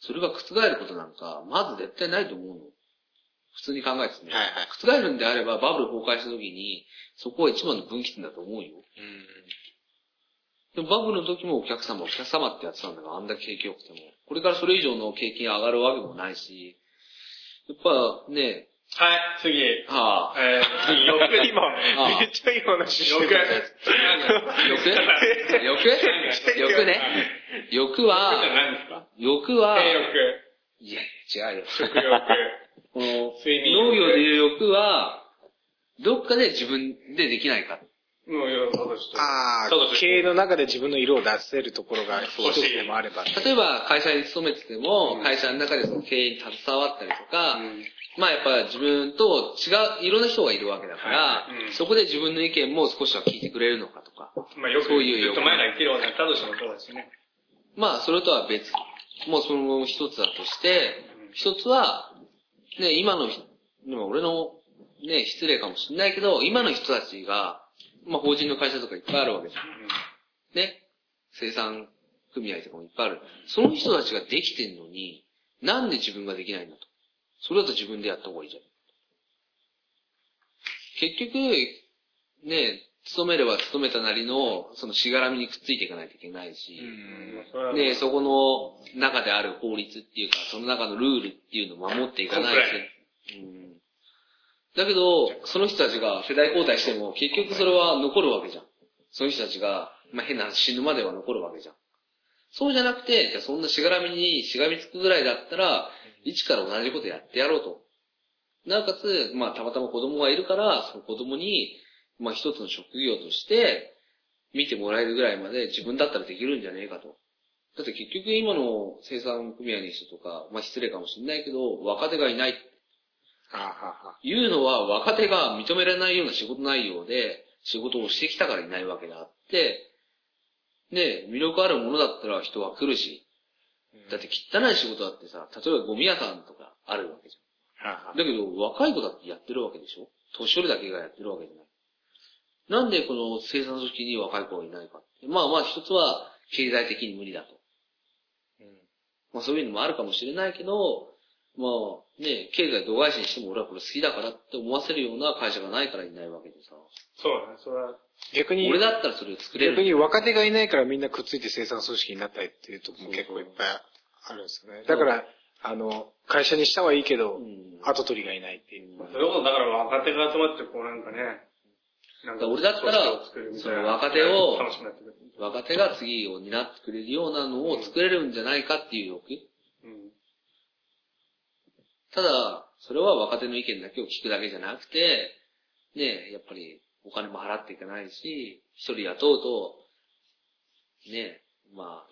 [SPEAKER 1] それが覆ることなんか、まず絶対ないと思うの。普通に考えてね。
[SPEAKER 4] はい
[SPEAKER 1] 覆るんであれば、バブル崩壊した時に、そこは一番の分岐点だと思うよ。でもバブルの時もお客様、お客様ってやってたんだから、あんだけ景気良くても。これからそれ以上の景気が上がるわけもないし、やっぱね、
[SPEAKER 3] はい、次。え
[SPEAKER 1] はあ、
[SPEAKER 3] ー、次、よく、今、
[SPEAKER 1] ああ
[SPEAKER 4] めっちゃいい話して
[SPEAKER 3] よ
[SPEAKER 4] る。
[SPEAKER 3] く、
[SPEAKER 1] 欲欲欲ね。欲
[SPEAKER 3] あ
[SPEAKER 1] は、
[SPEAKER 3] 何ですか
[SPEAKER 1] 欲は、
[SPEAKER 3] 性欲、
[SPEAKER 1] いや、違うよ。
[SPEAKER 3] 食欲、
[SPEAKER 1] この、
[SPEAKER 3] 睡眠欲
[SPEAKER 1] 農業でいう欲は、どっかで自分でできないか。
[SPEAKER 3] もうよ、そうだ、ちょっと。
[SPEAKER 4] ああ
[SPEAKER 3] そうそう、
[SPEAKER 4] 経営の中で自分の色を出せるところが
[SPEAKER 3] そう
[SPEAKER 4] 一つでもあれば。
[SPEAKER 1] 例えば、会社に勤めてても、会社の中でその経営に携わったりとか、まあやっぱ自分と違う、いろんな人がいるわけだから、
[SPEAKER 3] はいうん
[SPEAKER 1] そこで自分の意見も少しは聞いてくれるのかとか。
[SPEAKER 3] まあ、よく、
[SPEAKER 1] そういう
[SPEAKER 3] ずっと前から言ってるような、たとしてもそうだしね。
[SPEAKER 1] まあ、それとは別。もうその一つだとして、一つは、ね、今の、でも俺の、ね、失礼かもしれないけど、今の人たちが、まあ法人の会社とかいっぱいあるわけじゃん。ね。生産組合とかもいっぱいある。その人たちができてんのに、なんで自分ができないんだと。それだと自分でやった方がいいじゃん。結局、ね、勤めれば勤めたなりの、そのしがらみにくっついていかないといけないし、
[SPEAKER 3] うん。まあそれは
[SPEAKER 1] で、そこの中である法律っていうか、その中のルールっていうのを守っていかない
[SPEAKER 3] コンプライ
[SPEAKER 1] と。うんだけど、その人たちが世代交代しても、結局それは残るわけじゃん。その人たちが、まあ、変な話死ぬまでは残るわけじゃん。そうじゃなくて、じゃあそんなしがらみにしがみつくぐらいだったら、一から同じことやってやろうと。なおかつ、まあ、たまたま子供がいるから、その子供に、まあ、一つの職業として、見てもらえるぐらいまで自分だったらできるんじゃねえかと。だって結局今の生産組合の人とか、まあ、失礼かもしれないけど、若手がいないって
[SPEAKER 4] ああはあはあ
[SPEAKER 1] いうのは若手が認められないような仕事内容で仕事をしてきたからいないわけであって、ねえ、魅力あるものだったら人は来るし、だって汚い仕事だってさ、例えばゴミ屋さんとかあるわけじ
[SPEAKER 4] はあ
[SPEAKER 1] ゃ
[SPEAKER 4] は
[SPEAKER 1] ん。だけど若い子だってやってるわけでしょ年寄りだけがやってるわけじゃない。なんでこの生産組織に若い子がいないかって。まあまあ一つは経済的に無理だと。まあそういうのもあるかもしれないけど、まあね、経済度外視にしても俺はこれ好きだからって思わせるような会社がないからいないわけでさ。
[SPEAKER 3] そうだね、それは。
[SPEAKER 4] 逆に
[SPEAKER 1] 俺、だったらそれを作れ
[SPEAKER 4] 逆
[SPEAKER 1] る。
[SPEAKER 4] に若手がいないからみんなくっついて生産組織になったりっていうとこも結構いっぱいあるんですよね。だから、あの、会社にしたはいいけど、
[SPEAKER 1] ん
[SPEAKER 4] 後取りがいないっていう。
[SPEAKER 3] それこそ、だから若手が集まって、こうなんかね、なん
[SPEAKER 1] 俺だったら
[SPEAKER 3] 組織を作るみたいな
[SPEAKER 1] その若手を
[SPEAKER 3] 楽しくなってくる。
[SPEAKER 1] 若手が次を担ってくれるようなのを作れるんじゃないかっていう欲。
[SPEAKER 3] うん。
[SPEAKER 1] ただ、それは若手の意見だけを聞くだけじゃなくて、ね、やっぱりお金も払っていかないし、一人雇うと、ね、まあ、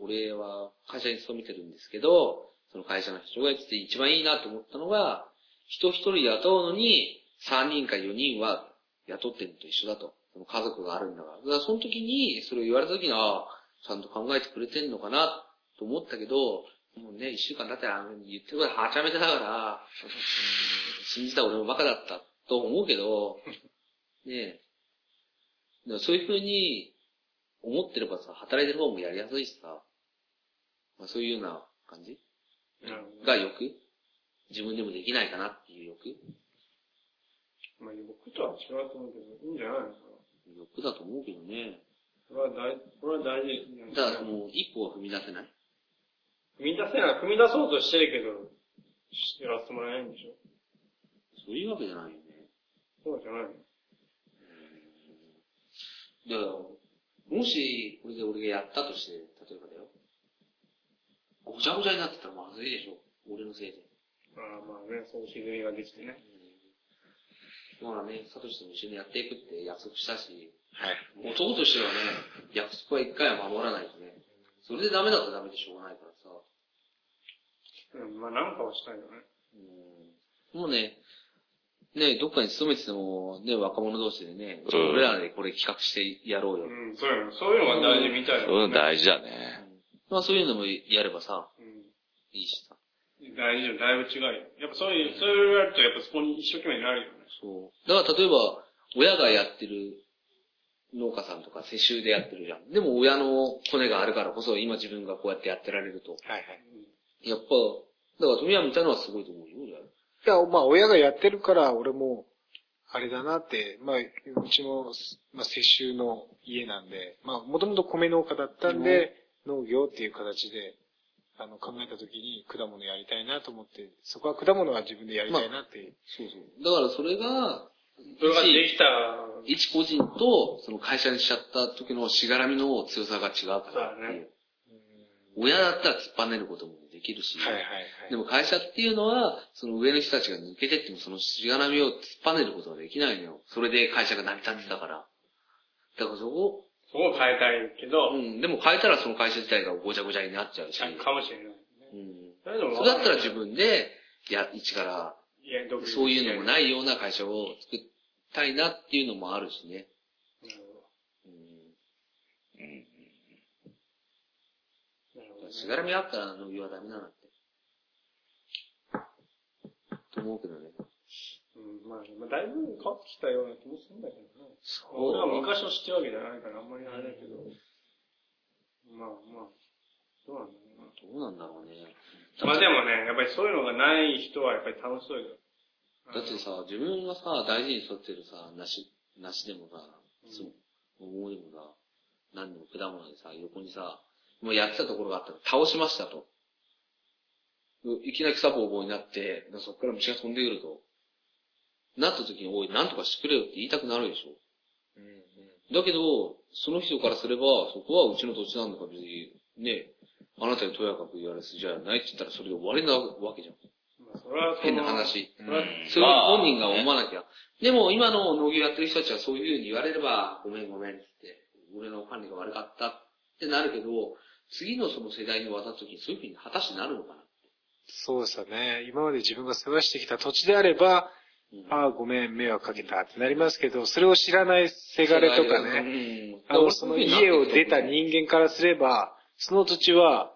[SPEAKER 1] 俺は会社に勤めてるんですけど、その会社の人が言ってて一番いいなと思ったのが、人一人雇うのに、3人か4人は雇ってるのと一緒だと。その家族があるんだから。だからその時に、それを言われた時に、ああ、ちゃんと考えてくれてんのかな、と思ったけど、もうね、一週間経ってあの言ってることはちゃめちゃだから、信じた俺もバカだったと思うけど、ねえ。でもそういう風に思ってればさ、働いてる方もやりやすいしさ、まあそういうような感じ
[SPEAKER 3] なるほど
[SPEAKER 1] が欲自分でもできないかなっていう欲
[SPEAKER 3] まあ、僕とは違うと思うけど、いいんじゃないのかな。
[SPEAKER 1] 欲だと思うけどね。
[SPEAKER 3] それは大、これは大事ですね。
[SPEAKER 1] ただ、もう一歩は踏み出せない。
[SPEAKER 3] 踏み出せない、踏み出そうとしてるけど、やらせてもらえないんでしょ
[SPEAKER 1] そういうわけじゃないよね。
[SPEAKER 3] そうじゃないの
[SPEAKER 1] だから、もし、これで俺がやったとして、例えばだよ。ごちゃごちゃになってたらまずいでしょ。俺のせいで。
[SPEAKER 3] ああ、まあね、そういう歪みができてね。
[SPEAKER 1] まあね、サトシとも一緒にやっていくって約束したし、
[SPEAKER 4] はい。
[SPEAKER 1] 男としてはね、約束は一回は守らないとね。それでダメだったらダメでしょうがないからさ。
[SPEAKER 3] うん、まあなんかはしたいよね。
[SPEAKER 1] うんもうね、ね、どっかに勤めてても、ね、若者同士でね、
[SPEAKER 2] うん
[SPEAKER 1] ちょっと俺らでこれ企画してやろうよ。
[SPEAKER 3] うん、そういうの、そういうのが大事みたいだ
[SPEAKER 2] そうい
[SPEAKER 3] よ
[SPEAKER 2] うの
[SPEAKER 3] ね。
[SPEAKER 2] 大事だね。
[SPEAKER 1] まあそういうのもやればさ、
[SPEAKER 3] う
[SPEAKER 1] いいしさ。
[SPEAKER 3] ん。大事よ、だいぶ違うよ。やっぱそういう、そういうやると、やっぱそこに一生懸命になるよね。
[SPEAKER 1] そう。だから例えば、親がやってる農家さんとか世襲でやってるじゃん。でも親の骨があるからこそ今自分がこうやってやってられると。
[SPEAKER 4] はいはい。
[SPEAKER 1] やっぱ、だから富山見たのはすごいと思うよ。
[SPEAKER 4] いや、まあ、親がやってるから、俺も、あれだなって、まあ、うちも、まあ、世襲の家なんで、まあ、もともと米農家だったんで、農業っていう形で、あの、考えた時に果物やりたいなと思って、そこは果物は自分でやりたいなっていう。
[SPEAKER 1] そうそう。だからそれが、
[SPEAKER 3] それができた、
[SPEAKER 1] 一個人と、その会社にしちゃった時のしがらみの強さが違うからって
[SPEAKER 3] そうだ
[SPEAKER 1] い
[SPEAKER 3] ね
[SPEAKER 1] う。親だったら突っぱねることもできるし、
[SPEAKER 4] はいはい
[SPEAKER 1] で
[SPEAKER 4] は
[SPEAKER 1] も
[SPEAKER 4] い。
[SPEAKER 1] 会社っていうのは、その上の人たちが抜けてってもそのしがらみを突っぱねることはできないのよ。それで会社が成り立ってたから。だからそこ、
[SPEAKER 3] そこを変えたいけど
[SPEAKER 1] う、ん、でも変えたらその会社自体がごちゃごちゃになっちゃうし、
[SPEAKER 3] かもしれないね。
[SPEAKER 1] うん。
[SPEAKER 3] それでも
[SPEAKER 1] それだったら自分で、いや、一から、
[SPEAKER 3] いや独立。
[SPEAKER 1] そういうのもないいような会社を作りたいなっていうのもあるしね。
[SPEAKER 3] なるほど
[SPEAKER 1] うん
[SPEAKER 3] なるほどね
[SPEAKER 1] しがらみあったら農業はダメだなって。と思うけどね。
[SPEAKER 3] うんまあね、まあ、だいぶ変わってきたような気もするんだけどね。
[SPEAKER 1] う
[SPEAKER 3] 俺は昔を知ってるわけじゃないから、あんまりあれだけど。まあまあ、どうなんだ
[SPEAKER 1] ど
[SPEAKER 3] ろうな。
[SPEAKER 1] うなんだろうね。
[SPEAKER 3] まあでもね、やっぱりそういうのがない人はやっぱり楽しそうよ。
[SPEAKER 1] だってさ、自分がさ、大事に育ってるさ、梨、梨でもさ、そう、桃でもさ、何でも果物でさ、横にさ、もうやってたところがあったら倒しましたと。ういきなり草ぼうぼうになって、そっから虫が飛んでくると。なった時に、おい、なんとかしてくれよって言いたくなるでしょ。だけど、その人からすれば、そこはうちの土地なんだから別に、ね、あなたにとやかく言われすじゃないって言ったらそれで終わりなわけじゃん。
[SPEAKER 3] まあそれはその
[SPEAKER 1] 変な話。
[SPEAKER 3] そ
[SPEAKER 1] そう
[SPEAKER 3] れは
[SPEAKER 1] いう本人が思わなきゃ。でも今の農業やってる人たちはそういう風に言われれば、ごめんごめんっつって、俺の管理が悪かったってなるけど、次のその世代に渡った時にそういう風に果たしてなるのかな。
[SPEAKER 4] そうですよね。今まで自分が世話してきた土地であれば、
[SPEAKER 1] うん
[SPEAKER 4] ああ、ごめん、迷惑かけたってなりますけど、それを知らないせがれとかね。
[SPEAKER 1] ね
[SPEAKER 4] あの、その家を出た人間からすれば、その土地は、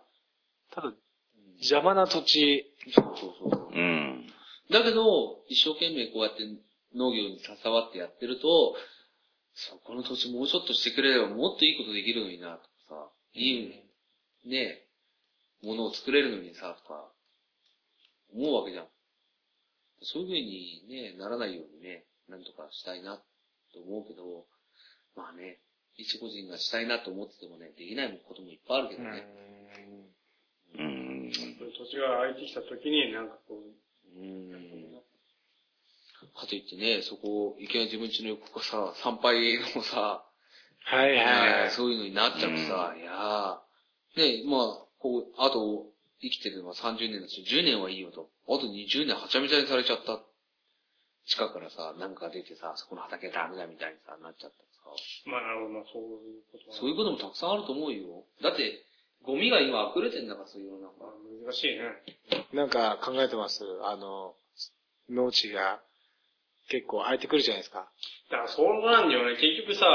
[SPEAKER 4] ただ、邪魔な土地。
[SPEAKER 1] そうそうそう。
[SPEAKER 2] うん。
[SPEAKER 1] だけど、一生懸命こうやって農業に携わってやってると、そこの土地もうちょっとしてくれればもっといいことできるのにな、とかさ、いい、ねえ、ものを作れるのにさ、とか、思うわけじゃん。そういう風にね、ならないようにね、なんとかしたいな、と思うけど、まあね、一個人がしたいなと思っててもね、できないこともいっぱいあるけどね。
[SPEAKER 2] うん。
[SPEAKER 3] 土地が空いてきた時に、なんかこう、
[SPEAKER 1] うんかといってね、そこ、いきなり自分家の横がさ、参拝のさ、
[SPEAKER 4] はいはいはい。
[SPEAKER 1] そういうのになっちゃうとさ、いやーね、まあ、こう、あと、生きてるのは30年だし、10年はいいよと。あと20年はちゃめちゃにされちゃった。地下からさ、なんか出てさ、そこの畑ダメだみたいにさ、なっちゃったら
[SPEAKER 3] まあなるほど、まあそういうことは
[SPEAKER 1] さ、そういうこともたくさんあると思うよ。だって、ゴミが今溢れてんだから、そういうのなん
[SPEAKER 3] ま
[SPEAKER 1] か
[SPEAKER 3] あ。難しいね。
[SPEAKER 4] なんか考えてますあの、農地が結構空いてくるじゃないですか。
[SPEAKER 3] だからそうなんだよね。結局さ、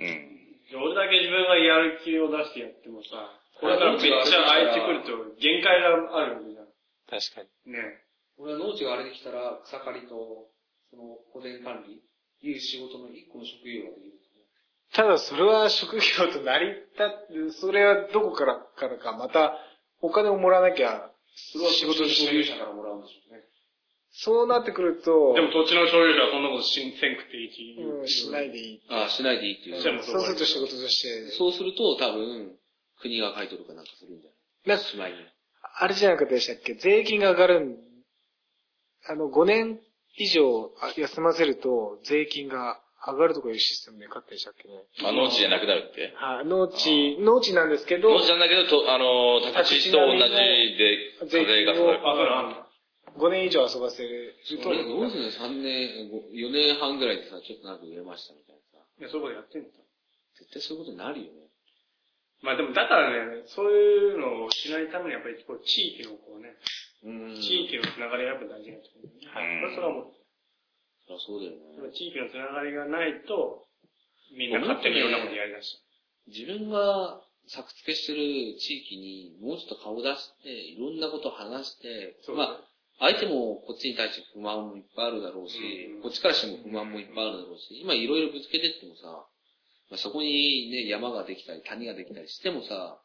[SPEAKER 2] うん。
[SPEAKER 3] どれだけ自分がやる気を出してやってもさ、これからめっちゃ空いてくると限界があるんじゃん。
[SPEAKER 4] 確かに。
[SPEAKER 3] ね。
[SPEAKER 1] 俺は農地が荒れてきたら、草刈りと、その、保全管理、いう仕事の一個の職業ができる
[SPEAKER 4] ただそれは職業となりたって、それはどこからからか、またお金をもらわなきゃ、
[SPEAKER 1] それは仕事の所有者
[SPEAKER 4] 仕事の所有者
[SPEAKER 1] からもらうんでしょうね。
[SPEAKER 4] そうなってくると、
[SPEAKER 3] でも土地の所有者はそんなことしんせんくていいし。
[SPEAKER 4] うん、しないでいい。
[SPEAKER 1] ああ、しないでいいっていう。
[SPEAKER 3] じゃあもう
[SPEAKER 4] そうすると仕事として、
[SPEAKER 1] そうすると、多分、国が買い取るかなんかするんじゃ
[SPEAKER 4] なん
[SPEAKER 1] な
[SPEAKER 4] か
[SPEAKER 1] いしまいに。
[SPEAKER 4] あれじゃなかったでしたっけ税金が上がるん、あの、5年以上休ませると、税金が上がるとかいうシステムで買ったでしたっけね。
[SPEAKER 2] あ、農地じゃなくなるって
[SPEAKER 4] はい、農地、農地なんですけど、
[SPEAKER 2] 農地なんだけど、とあの、宅地と同じで、課税がかかる。
[SPEAKER 3] あ、そうなんだ。
[SPEAKER 4] 5年以上遊ばせる
[SPEAKER 1] そ
[SPEAKER 4] と、
[SPEAKER 1] れどうするの ?3 年、4年半ぐらいでさ、ちょっとなんか売れましたみたいなさ。
[SPEAKER 3] いや、そういうことやってんだ。
[SPEAKER 1] 絶対そういうことになるよね。
[SPEAKER 3] まあでも、だからね、そういうのをしないためにやっぱりこう地域のこうね、
[SPEAKER 1] うん。
[SPEAKER 3] 地域のつながりがやっぱ大事なところだよね。
[SPEAKER 2] うん
[SPEAKER 3] それはも
[SPEAKER 1] そりゃそうだよ
[SPEAKER 3] う、
[SPEAKER 1] ね。
[SPEAKER 3] 地域のつながりがないと、みんな勝手にいろんなことやりだし。
[SPEAKER 1] 自分が作付けしてる地域にもうちょっと顔出して、いろんなこと話して、
[SPEAKER 3] そう
[SPEAKER 1] まあ、相手もこっちに対して不満もいっぱいあるだろうし、
[SPEAKER 3] うん
[SPEAKER 1] こっちからしても不満もいっぱいあるだろうし、今いろいろぶつけてってもさ、まあ、そこにね、山ができたり谷ができたりしてもさ、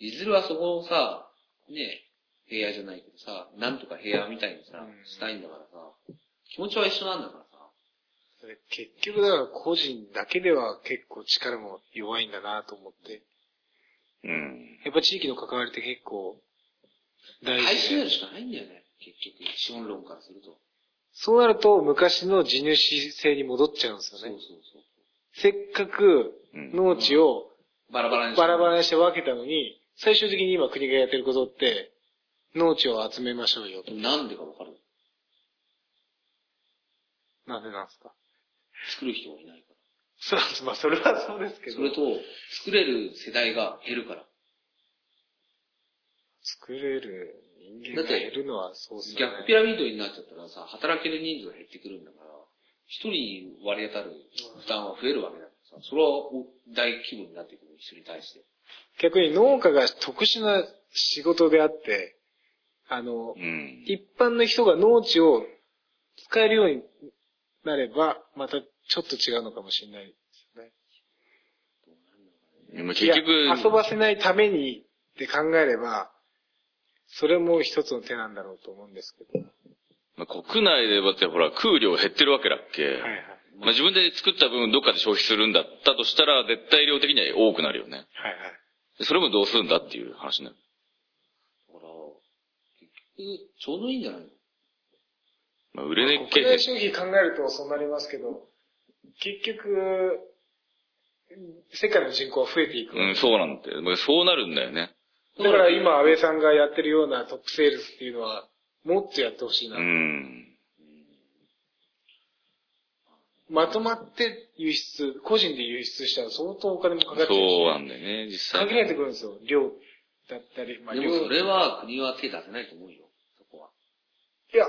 [SPEAKER 1] いずれはそこをさ、ね、平野じゃないけどさ、なんとか平野みたいにさ
[SPEAKER 4] う、ん
[SPEAKER 1] したいんだからさ、気持ちは一緒なんだからさ。
[SPEAKER 4] で結局だから個人だけでは結構力も弱いんだなと思って。
[SPEAKER 2] うん。
[SPEAKER 4] やっぱ地域の関わりって結構大
[SPEAKER 1] 買い
[SPEAKER 4] 事
[SPEAKER 1] 占め
[SPEAKER 4] で。
[SPEAKER 1] るしかないんだよね、結局。資本論からすると。
[SPEAKER 4] そうなると昔の地主制に戻っちゃうんです
[SPEAKER 1] そう
[SPEAKER 4] よ
[SPEAKER 1] そう
[SPEAKER 4] ね。
[SPEAKER 1] そう。
[SPEAKER 4] せっかく農地を
[SPEAKER 1] バラバラに
[SPEAKER 4] バラバ
[SPEAKER 1] ラ。
[SPEAKER 4] ラにして分けたのに、最終的に今国がやってることって、農地を集めましょうよと。
[SPEAKER 1] なんでかわかる
[SPEAKER 4] なんでなんですか
[SPEAKER 1] 作る人がいないか
[SPEAKER 4] そうです。まあそれはそうですけ
[SPEAKER 1] ら。
[SPEAKER 4] ど。
[SPEAKER 1] それと、作れる世代が減るから。
[SPEAKER 4] 作れる人間が減るのはそうですよね。
[SPEAKER 1] 逆ピラミッドになっちゃったらさ、働ける人数が減ってくるんだから、一人に割り当たる負担は増えるわけだからさ、それは大規模になってくる、人に対して。
[SPEAKER 4] 逆に農家が特殊な仕事であって、あの、
[SPEAKER 2] うん。
[SPEAKER 4] 一般の人が農地を使えるようになれば、またちょっと違うのかもしれないですよね。
[SPEAKER 2] でも結局
[SPEAKER 4] い、や遊ばせないためにって考えれば、それも一つの手なんだろうと思うんですけど。
[SPEAKER 2] まあ国内でだってほら、空量減ってるわけだっけ、
[SPEAKER 4] はいはい。
[SPEAKER 2] まあ自分で作った分どっかで消費するんだったとしたら、絶対量的には多くなるよね。
[SPEAKER 4] はいはい。
[SPEAKER 2] でそれもどうするんだっていう話になる。
[SPEAKER 1] だから、結局、ちょうどいいんじゃないの
[SPEAKER 2] まあ売れねっけ
[SPEAKER 4] 国内消費考えるとそうなりますけど、結局、世界の人口は増えていくわけ
[SPEAKER 2] うん、そうなんだよ。まあそうなるんだよね。
[SPEAKER 4] だから今、安倍さんがやってるようなトップセールスっていうのは、もっとやってほしいうな。
[SPEAKER 2] ん。
[SPEAKER 4] まとまって輸出、個人で輸出したら相当お金もかかってる
[SPEAKER 2] そう
[SPEAKER 4] し、
[SPEAKER 2] なんだよね、実際。
[SPEAKER 4] 限られてくるんですよ。量だったり、まあ
[SPEAKER 1] で
[SPEAKER 4] 量。
[SPEAKER 1] もそれは国は手出せないと思うよ、そこは。
[SPEAKER 4] いや、い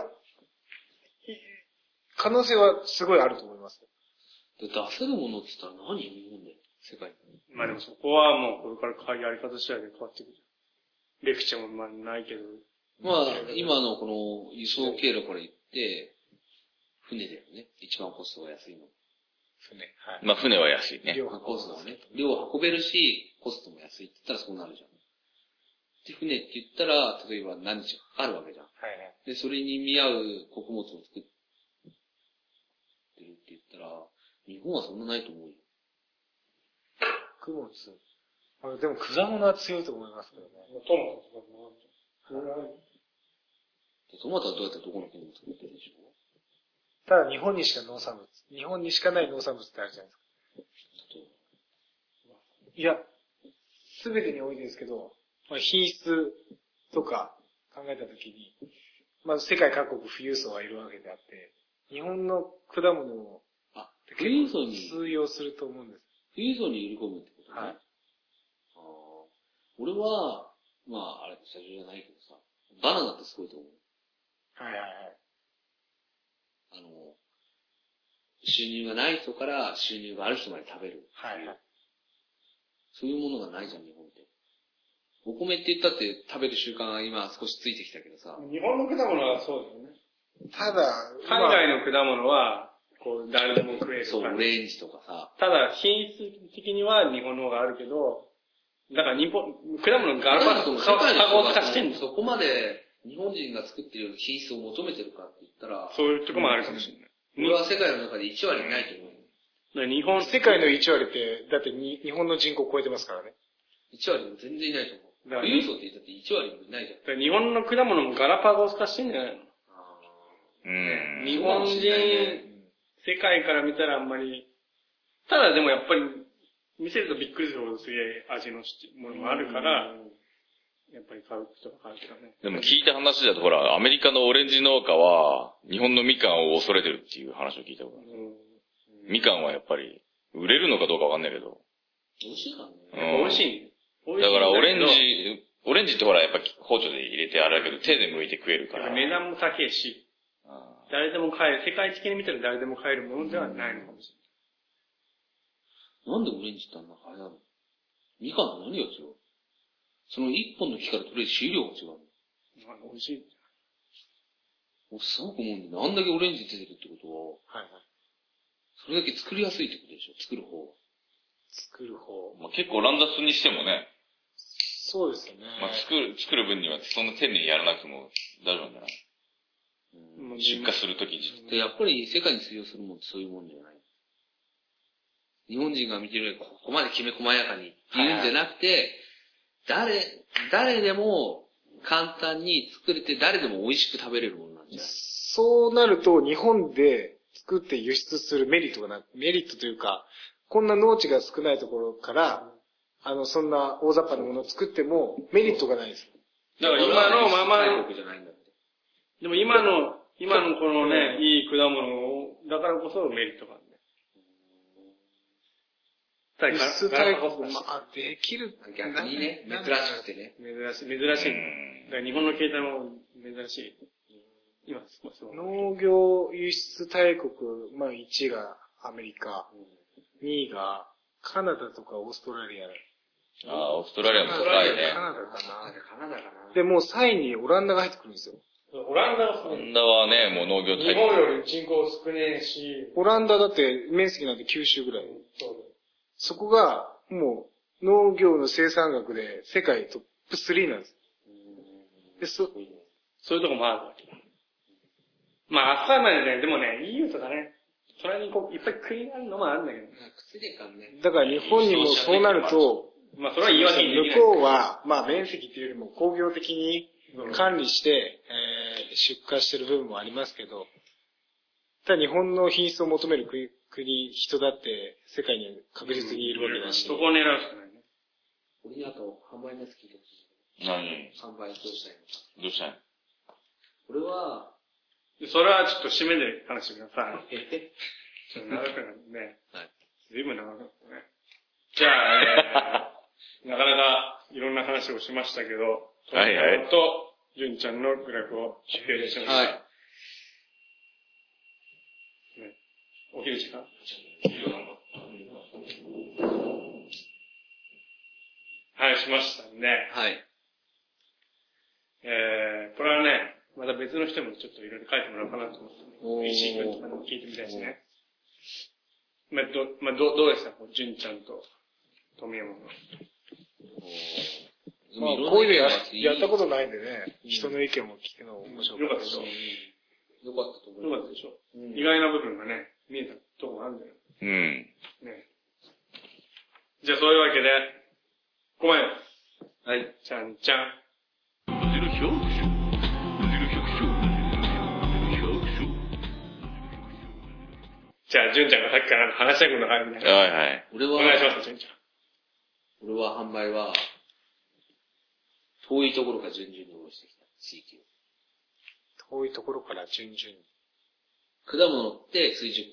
[SPEAKER 4] 可能性はすごいあると思います。
[SPEAKER 1] で出せるものって言ったら何日本で世界に。
[SPEAKER 3] まあでもそこはもうこれからやり方次第で変わってくる。レクチャーもまあないけど。
[SPEAKER 1] まあ、今のこの輸送経路から言って、船だよね。一番コストが安いの。
[SPEAKER 4] 船。は
[SPEAKER 2] まあ船は安いね。
[SPEAKER 4] 量
[SPEAKER 1] まあ
[SPEAKER 4] が
[SPEAKER 1] コストはね、量を運べるし、コストも安いって言ったらそうなるじゃん。で、船って言ったら、例えば何日かかるわけじゃん。
[SPEAKER 4] はいはい。
[SPEAKER 1] で、それに見合う穀物を作ってるって言ったら、日本はそんなないと思うよ。
[SPEAKER 4] 穀物。あでも果物は強いと思いますけどね。
[SPEAKER 3] トマトとかもある
[SPEAKER 1] でトマトはどうやってどこの国も作ってるでしょ
[SPEAKER 4] ただ日本にしか農産物、日本にしかない農産物ってあるじゃないですか。
[SPEAKER 1] 例えば
[SPEAKER 4] いや、すべてにおいてですけど、まあ、品質とか考えたときに、まず世界各国富裕層はいるわけであって、日本の果物を
[SPEAKER 1] あ、富
[SPEAKER 4] 結
[SPEAKER 1] 裕層
[SPEAKER 4] 構
[SPEAKER 1] に、
[SPEAKER 4] 通用すると思うんです。
[SPEAKER 1] 富裕層に売り込むってことね。
[SPEAKER 4] はい
[SPEAKER 1] あー俺は、まあ、あれ、社長じゃないけどさ、バナナってすごいと思う。
[SPEAKER 4] はいはいはい。
[SPEAKER 1] あの、収入がない人から収入がある人まで食べる。
[SPEAKER 4] はいはい。
[SPEAKER 1] そういうものがないじゃん、日本って。お米って言ったって食べる習慣が今少しついてきたけどさ。
[SPEAKER 3] ね。日本の果物はそうだよね。
[SPEAKER 4] ただ、
[SPEAKER 3] 海外の果物は、こう、誰でも食える
[SPEAKER 1] そう、
[SPEAKER 3] 感
[SPEAKER 1] オ
[SPEAKER 3] じ。
[SPEAKER 1] レンジとかさ。
[SPEAKER 3] ただ、品質的には日本の方があるけど、だから日本、果物ガラパ
[SPEAKER 1] と
[SPEAKER 3] ゴス、ガゴス化してんの。
[SPEAKER 1] そこまで日本人が作ってる品質を求めてるかって言ったら、
[SPEAKER 3] そういうとこもあるかもしれない。
[SPEAKER 1] 俺は世界の中で1割いないと思う。
[SPEAKER 3] だから日本、
[SPEAKER 4] 世界の1割って、だってに日本の人口を超えてますからね。
[SPEAKER 1] 1割も全然いないと思
[SPEAKER 3] だ
[SPEAKER 1] う。
[SPEAKER 3] よ
[SPEAKER 1] 富裕
[SPEAKER 3] ね
[SPEAKER 1] 層って言ったって1割もいないじゃん。
[SPEAKER 3] だから日本の果物もガラパゴス化してんじゃないの
[SPEAKER 2] うん。
[SPEAKER 3] 日本人、世界から見たらあんまり、ただでもやっぱり、見せるとびっくりするほどすげえ味のしものもあるから、やっぱり買う人は買う人はね。
[SPEAKER 2] でも聞いた話だとほら、アメリカのオレンジ農家は、日本のみかんを恐れてるっていう話を聞いたことある。みかんはやっぱり、売れるのかどうかわかんないけど。
[SPEAKER 1] 美味しいからね。
[SPEAKER 2] うん
[SPEAKER 3] 美味しいね。美味
[SPEAKER 2] だ
[SPEAKER 3] しいん
[SPEAKER 2] からオレン
[SPEAKER 3] だけ
[SPEAKER 2] ジ、オレンジってほらやっぱ包丁で入れてあれだけど手で剥いて食えるか
[SPEAKER 3] どやっ
[SPEAKER 2] ら。
[SPEAKER 3] ぱ値段も高いし、
[SPEAKER 2] あ
[SPEAKER 3] 誰でも買える、世界的に見たら誰でも買えるものではないのかもし
[SPEAKER 1] なんでオレンジってあんなあれなのみかんと何が違うその一本の木から取れる収量が違うの
[SPEAKER 3] れない。美味しい。
[SPEAKER 1] 僕すごく思うんだよね。あんだけオレンジ出てるってことは、
[SPEAKER 4] はいはい。
[SPEAKER 1] それだけ作りやすいってことでしょ作る方が。
[SPEAKER 4] 作る方。
[SPEAKER 2] まあ、結構乱雑にしてもね、
[SPEAKER 4] そうですよね。
[SPEAKER 2] まあ、作る、作る分にはそんな丁寧にやらなくても大丈夫なんじゃない
[SPEAKER 3] もう
[SPEAKER 2] 出荷するときに。
[SPEAKER 1] で、やっぱり世界に通用するもんってそういうもんじゃない。日本人が見てるよりここまできめ細やかに言うんじゃなくて、誰、誰でも簡単に作れて誰でも美味しく食べれるものなんじゃない
[SPEAKER 4] そうなると、日本で作って輸出するメリットがな、メリットというか、こんな農地が少ないところから、あの、そんな大雑把なものを作っても、メリットがないです。
[SPEAKER 3] だから今のまま
[SPEAKER 1] 外国じゃないんだって。
[SPEAKER 3] でも今の、今のこのね、いい果物を、だからこそメリットがあるね。た
[SPEAKER 4] 輸
[SPEAKER 3] だ
[SPEAKER 4] 出
[SPEAKER 3] ガラ
[SPEAKER 4] 対
[SPEAKER 3] ガラパ
[SPEAKER 4] 抗、
[SPEAKER 3] ゴスだし
[SPEAKER 4] まあ、できる。
[SPEAKER 1] 逆にね、珍
[SPEAKER 4] な
[SPEAKER 1] し
[SPEAKER 4] な
[SPEAKER 1] くてね。
[SPEAKER 3] 珍しい、珍しい。だから日本の携帯も珍しい。今、そうそう。
[SPEAKER 4] 農業輸出大国、まあ1位がアメリカ、2位がカナダとかオーストラリア。
[SPEAKER 2] ああ、オーストラリアも高いね
[SPEAKER 4] カ。ナダか
[SPEAKER 1] カナダかな
[SPEAKER 4] な。で、もう3位にオランダが入ってくるんですよ。
[SPEAKER 3] オランダは
[SPEAKER 2] オランダはね、もう農業
[SPEAKER 3] 日
[SPEAKER 2] 大
[SPEAKER 3] 本
[SPEAKER 2] 国。
[SPEAKER 3] より人口少ねえし、
[SPEAKER 4] オランダだって面積なんて九州ぐらい。そこが、もう、農業の生産額で世界トップ3なんです。で、そ、
[SPEAKER 3] そういうとこもあるわけだ。まあ、朝までね、でもね、EU とかね、それにこう、いっぱい国があるのもあるんだけど。
[SPEAKER 1] 靴でかんね。
[SPEAKER 4] だから日本にもそうなると、
[SPEAKER 3] まあ、それは言い訳にできない。
[SPEAKER 4] 向こうは、まあ面積っていうよりも工業的に管理して、えー出荷してる部分もありますけど、ただ日本の品質を求める国、国人だって世界に確実にいるわけだし
[SPEAKER 3] そ、こを狙うしかないね。
[SPEAKER 1] 俺にあと、販売のやつ聞いてほしい。
[SPEAKER 2] 何
[SPEAKER 1] 販売どうしたいのか。
[SPEAKER 2] どうしたんや
[SPEAKER 1] 俺は、
[SPEAKER 3] でそれはちょっと締めで話してください。ちょっと長くなるんでね。
[SPEAKER 1] はい
[SPEAKER 3] 随分長くなったね。じゃあ、えー、なかなかいろんな話をしましたけど、
[SPEAKER 2] はいはい
[SPEAKER 3] と、ゆんちゃんのグラフを発表いたしました。
[SPEAKER 1] はい
[SPEAKER 3] ね、お昼時間はい、しましたんで、
[SPEAKER 1] はい。
[SPEAKER 3] えー、これはね、また別の人もちょっといろいろ書いてもらおうかなと思って
[SPEAKER 1] おー
[SPEAKER 3] ね、石井君とかにも聞いてみたいですね。まあ、ど、まあ、どう、どうでしたこう、純ちゃんと、富山の。
[SPEAKER 4] まあこういうのややったこととないんでね、人の意見も聞くの面白か
[SPEAKER 3] よか
[SPEAKER 4] っ
[SPEAKER 3] ったたで
[SPEAKER 4] し
[SPEAKER 3] しょ。
[SPEAKER 1] よかったと思い
[SPEAKER 3] よ
[SPEAKER 1] ま
[SPEAKER 3] かったでしょ。
[SPEAKER 1] す。うん
[SPEAKER 3] 意外な部分がね、見えたとこがあるんだよ
[SPEAKER 2] うん。
[SPEAKER 3] ね。じゃあ、そういうわけで、ごめん。はい。ちゃんちゃん。じゃあ、純ちゃんがさっきから話したくのがあるんで。
[SPEAKER 2] はいはい。
[SPEAKER 1] 俺
[SPEAKER 3] お
[SPEAKER 1] は、
[SPEAKER 3] 願いします、純ちゃん。
[SPEAKER 1] 俺は販売は、遠いところから順々に卸してきた、地域を。
[SPEAKER 4] 遠いところから順々に。
[SPEAKER 1] 果物って追熟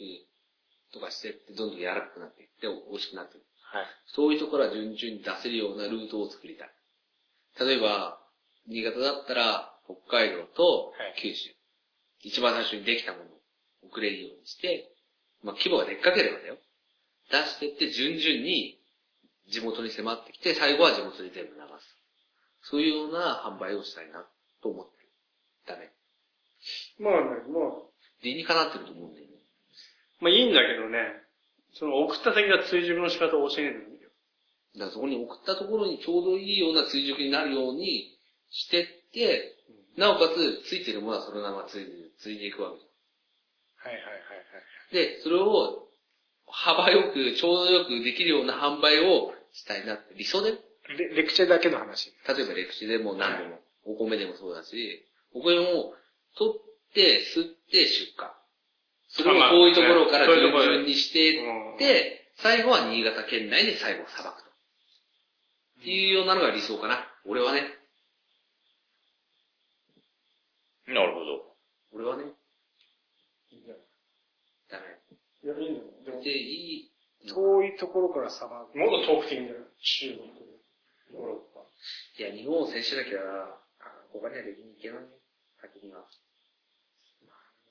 [SPEAKER 1] とかしてって、どんどん柔らかくなっていって、美味しくなっていく。
[SPEAKER 4] はい。
[SPEAKER 1] そういうところは順々に出せるようなルートを作りたい。例えば、新潟だったら、北海道と
[SPEAKER 4] はい
[SPEAKER 1] 九州。一番最初にできたものを送れるようにして、まあ規模がでっかければだよ。出してって順々に地元に迫ってきて、最後は地元に全部流す。そういうような販売をしたいなと思ってる。だね。
[SPEAKER 3] まあね、も
[SPEAKER 1] 理にかなってると思うんだよね。
[SPEAKER 3] う、まあいいんだけどね、その送った先が追熟の仕方を教えないとダメだよ。
[SPEAKER 1] だからそこに送ったところにちょうどいいような追熟になるようにしてって、なおかつ、ついてるものはそのままついて、ついていくわけじ
[SPEAKER 4] はいはいはいはい。
[SPEAKER 1] ゃんで、それを、幅よく、ちょうどよくできるような販売をしたいなって、理想で、
[SPEAKER 4] レレクチャーだけの話。
[SPEAKER 1] 例えばレクチでも何でも、お米でもそうだし、お米も取って、吸って出荷。それを
[SPEAKER 3] まあまあ
[SPEAKER 1] こういうところから
[SPEAKER 3] そういう
[SPEAKER 1] 順
[SPEAKER 3] ところ
[SPEAKER 1] 々にしてって、最後は新潟県内で最後裁くと。っていうようなのが理想かな。俺はね。
[SPEAKER 2] なるほど。
[SPEAKER 1] 俺はね。ダメ。
[SPEAKER 3] いや、いいんだよ。でも
[SPEAKER 1] で、いい、
[SPEAKER 4] 遠いところから砂漠。
[SPEAKER 3] もっと遠くていいんだよ。中国、ヨーロッパ。
[SPEAKER 1] いや、日本を選手だけは、あ他にはできに行けないね。先には。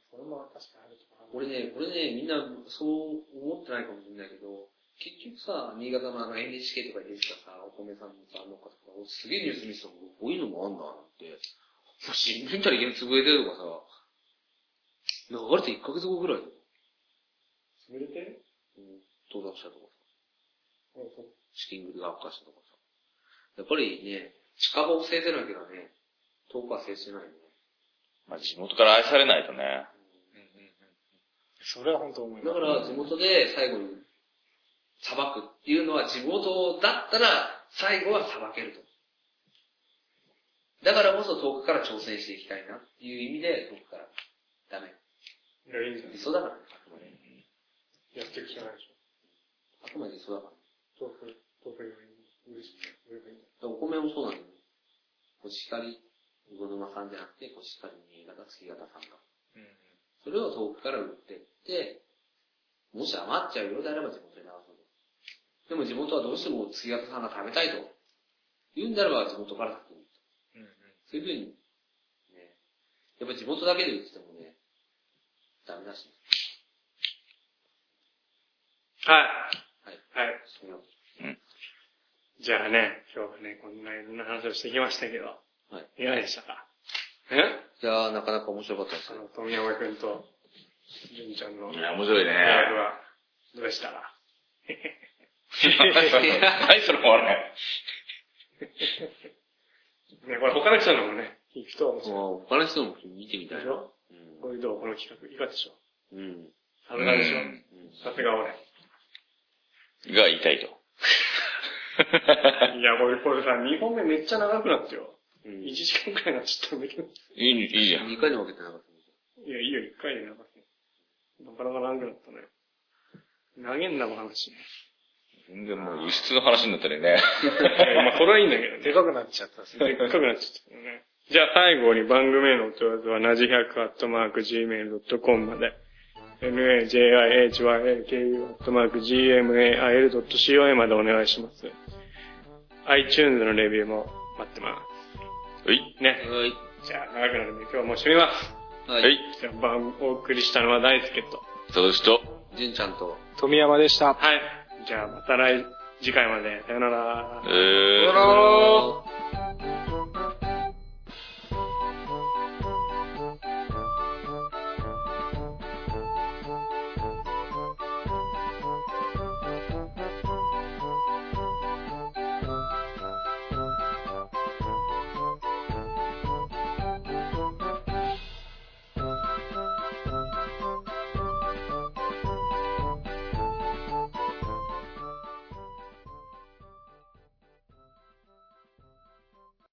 [SPEAKER 3] それも確かにあるとか
[SPEAKER 1] 俺ね、俺ね、みんなそう思ってないかもしれないけど、結局さ、新潟のあの NHK とかで出てたさ、お米さんのさ、農家とか、俺すげえニュース見てたもん、こういうのもあんだなって。もう新聞見たらいきなり潰れてるとかさ、流れて1ヶ月後ぐらいだよ。
[SPEAKER 3] 潰れてる
[SPEAKER 1] うん、登壇したとかさ。資金繰りが悪化したとかさ。やっぱりね、近場を防いでなきゃね、遠くは制してないよね。
[SPEAKER 2] まあ、地元から愛されないとね。
[SPEAKER 4] それは本当思い
[SPEAKER 1] だ
[SPEAKER 4] ま
[SPEAKER 1] から地
[SPEAKER 4] す。
[SPEAKER 1] 元で最後に裁くっていうのは地元だったら最後は裁けると。だからこそ遠くから挑戦していきたいなっていう意味で遠くからダメ。
[SPEAKER 3] いや、いいんじゃない
[SPEAKER 1] 理想だからね。あくまで
[SPEAKER 3] やっていくしかないでしょ。
[SPEAKER 1] あくまで理想だからね。
[SPEAKER 3] 豆腐、豆腐より嬉しい。上がいいんだ
[SPEAKER 1] でお米もそうなんだよね。コシヒカリ、ニゴ沼さんじゃなくて、コシヒカリ新潟、月形さんが。それを遠くから売ってって、もし余っちゃうようであれば地元に流そうと。でも地元はどうしても月形さんが食べたいと。言うんであれば地元から先に。そういうふうに、ね。やっぱ地元だけで売っててもね、ダメだし、ね。
[SPEAKER 3] はい。
[SPEAKER 1] はい。
[SPEAKER 3] はい。
[SPEAKER 1] そんな
[SPEAKER 3] じゃあね、今日はね、こんないろんな話をしてきましたけど、
[SPEAKER 1] はい。
[SPEAKER 3] いかがでしたかえ
[SPEAKER 1] いやー、なかなか面白かったです
[SPEAKER 3] あ
[SPEAKER 1] ね
[SPEAKER 3] の、富山くんと、純ちゃんの
[SPEAKER 2] い
[SPEAKER 3] ライ
[SPEAKER 2] や、面白いね。
[SPEAKER 3] ブは、どうでしたか
[SPEAKER 2] はい、それも笑
[SPEAKER 3] ね、これ他の人のもね、行くと面白
[SPEAKER 1] もう他の人も見てみ
[SPEAKER 3] い。
[SPEAKER 1] た
[SPEAKER 3] で
[SPEAKER 1] い
[SPEAKER 3] し
[SPEAKER 1] な。う。
[SPEAKER 3] ょこういうどうこの企画、いかがでしょうん
[SPEAKER 1] うん。
[SPEAKER 3] さすがでしょ
[SPEAKER 2] うん
[SPEAKER 3] さすが俺。
[SPEAKER 2] い。が痛いと。
[SPEAKER 3] いや、これ、これさ、2本目めっちゃ長くなってよ。
[SPEAKER 1] うん。
[SPEAKER 3] 1時間くらいになっちゃったんだけど。
[SPEAKER 2] いい、いいじゃん。
[SPEAKER 1] 2回に分けてなかったんですよ
[SPEAKER 3] いや、いいよ、1回で長くて。なかなか長くなったね。投げんな、この話。
[SPEAKER 2] 全然もう輸出の話になったりね。
[SPEAKER 3] いやまあ、それはいいんだけどね。
[SPEAKER 4] でかくなっちゃったです
[SPEAKER 3] で
[SPEAKER 4] ね。
[SPEAKER 3] っかくなっちゃったよね。じゃあ最後に番組へのお問い合わせは、なじ100アットマーク gmail.com まで、najihyaku アットマーク gmail.com までお願いします。iTunes のレビューも待ってま
[SPEAKER 2] はい。
[SPEAKER 3] す。ね。じゃあ長くなるんで今日はもう締めます。
[SPEAKER 1] はい。は
[SPEAKER 2] は
[SPEAKER 1] いい。。
[SPEAKER 3] じゃあ番、お送りしたのは大輔と。
[SPEAKER 2] 佐々木と。
[SPEAKER 1] 純ちゃんと。
[SPEAKER 4] 富山でした。
[SPEAKER 3] はい。じゃあまた来、次回まで。さよなら。
[SPEAKER 2] えー。
[SPEAKER 1] ら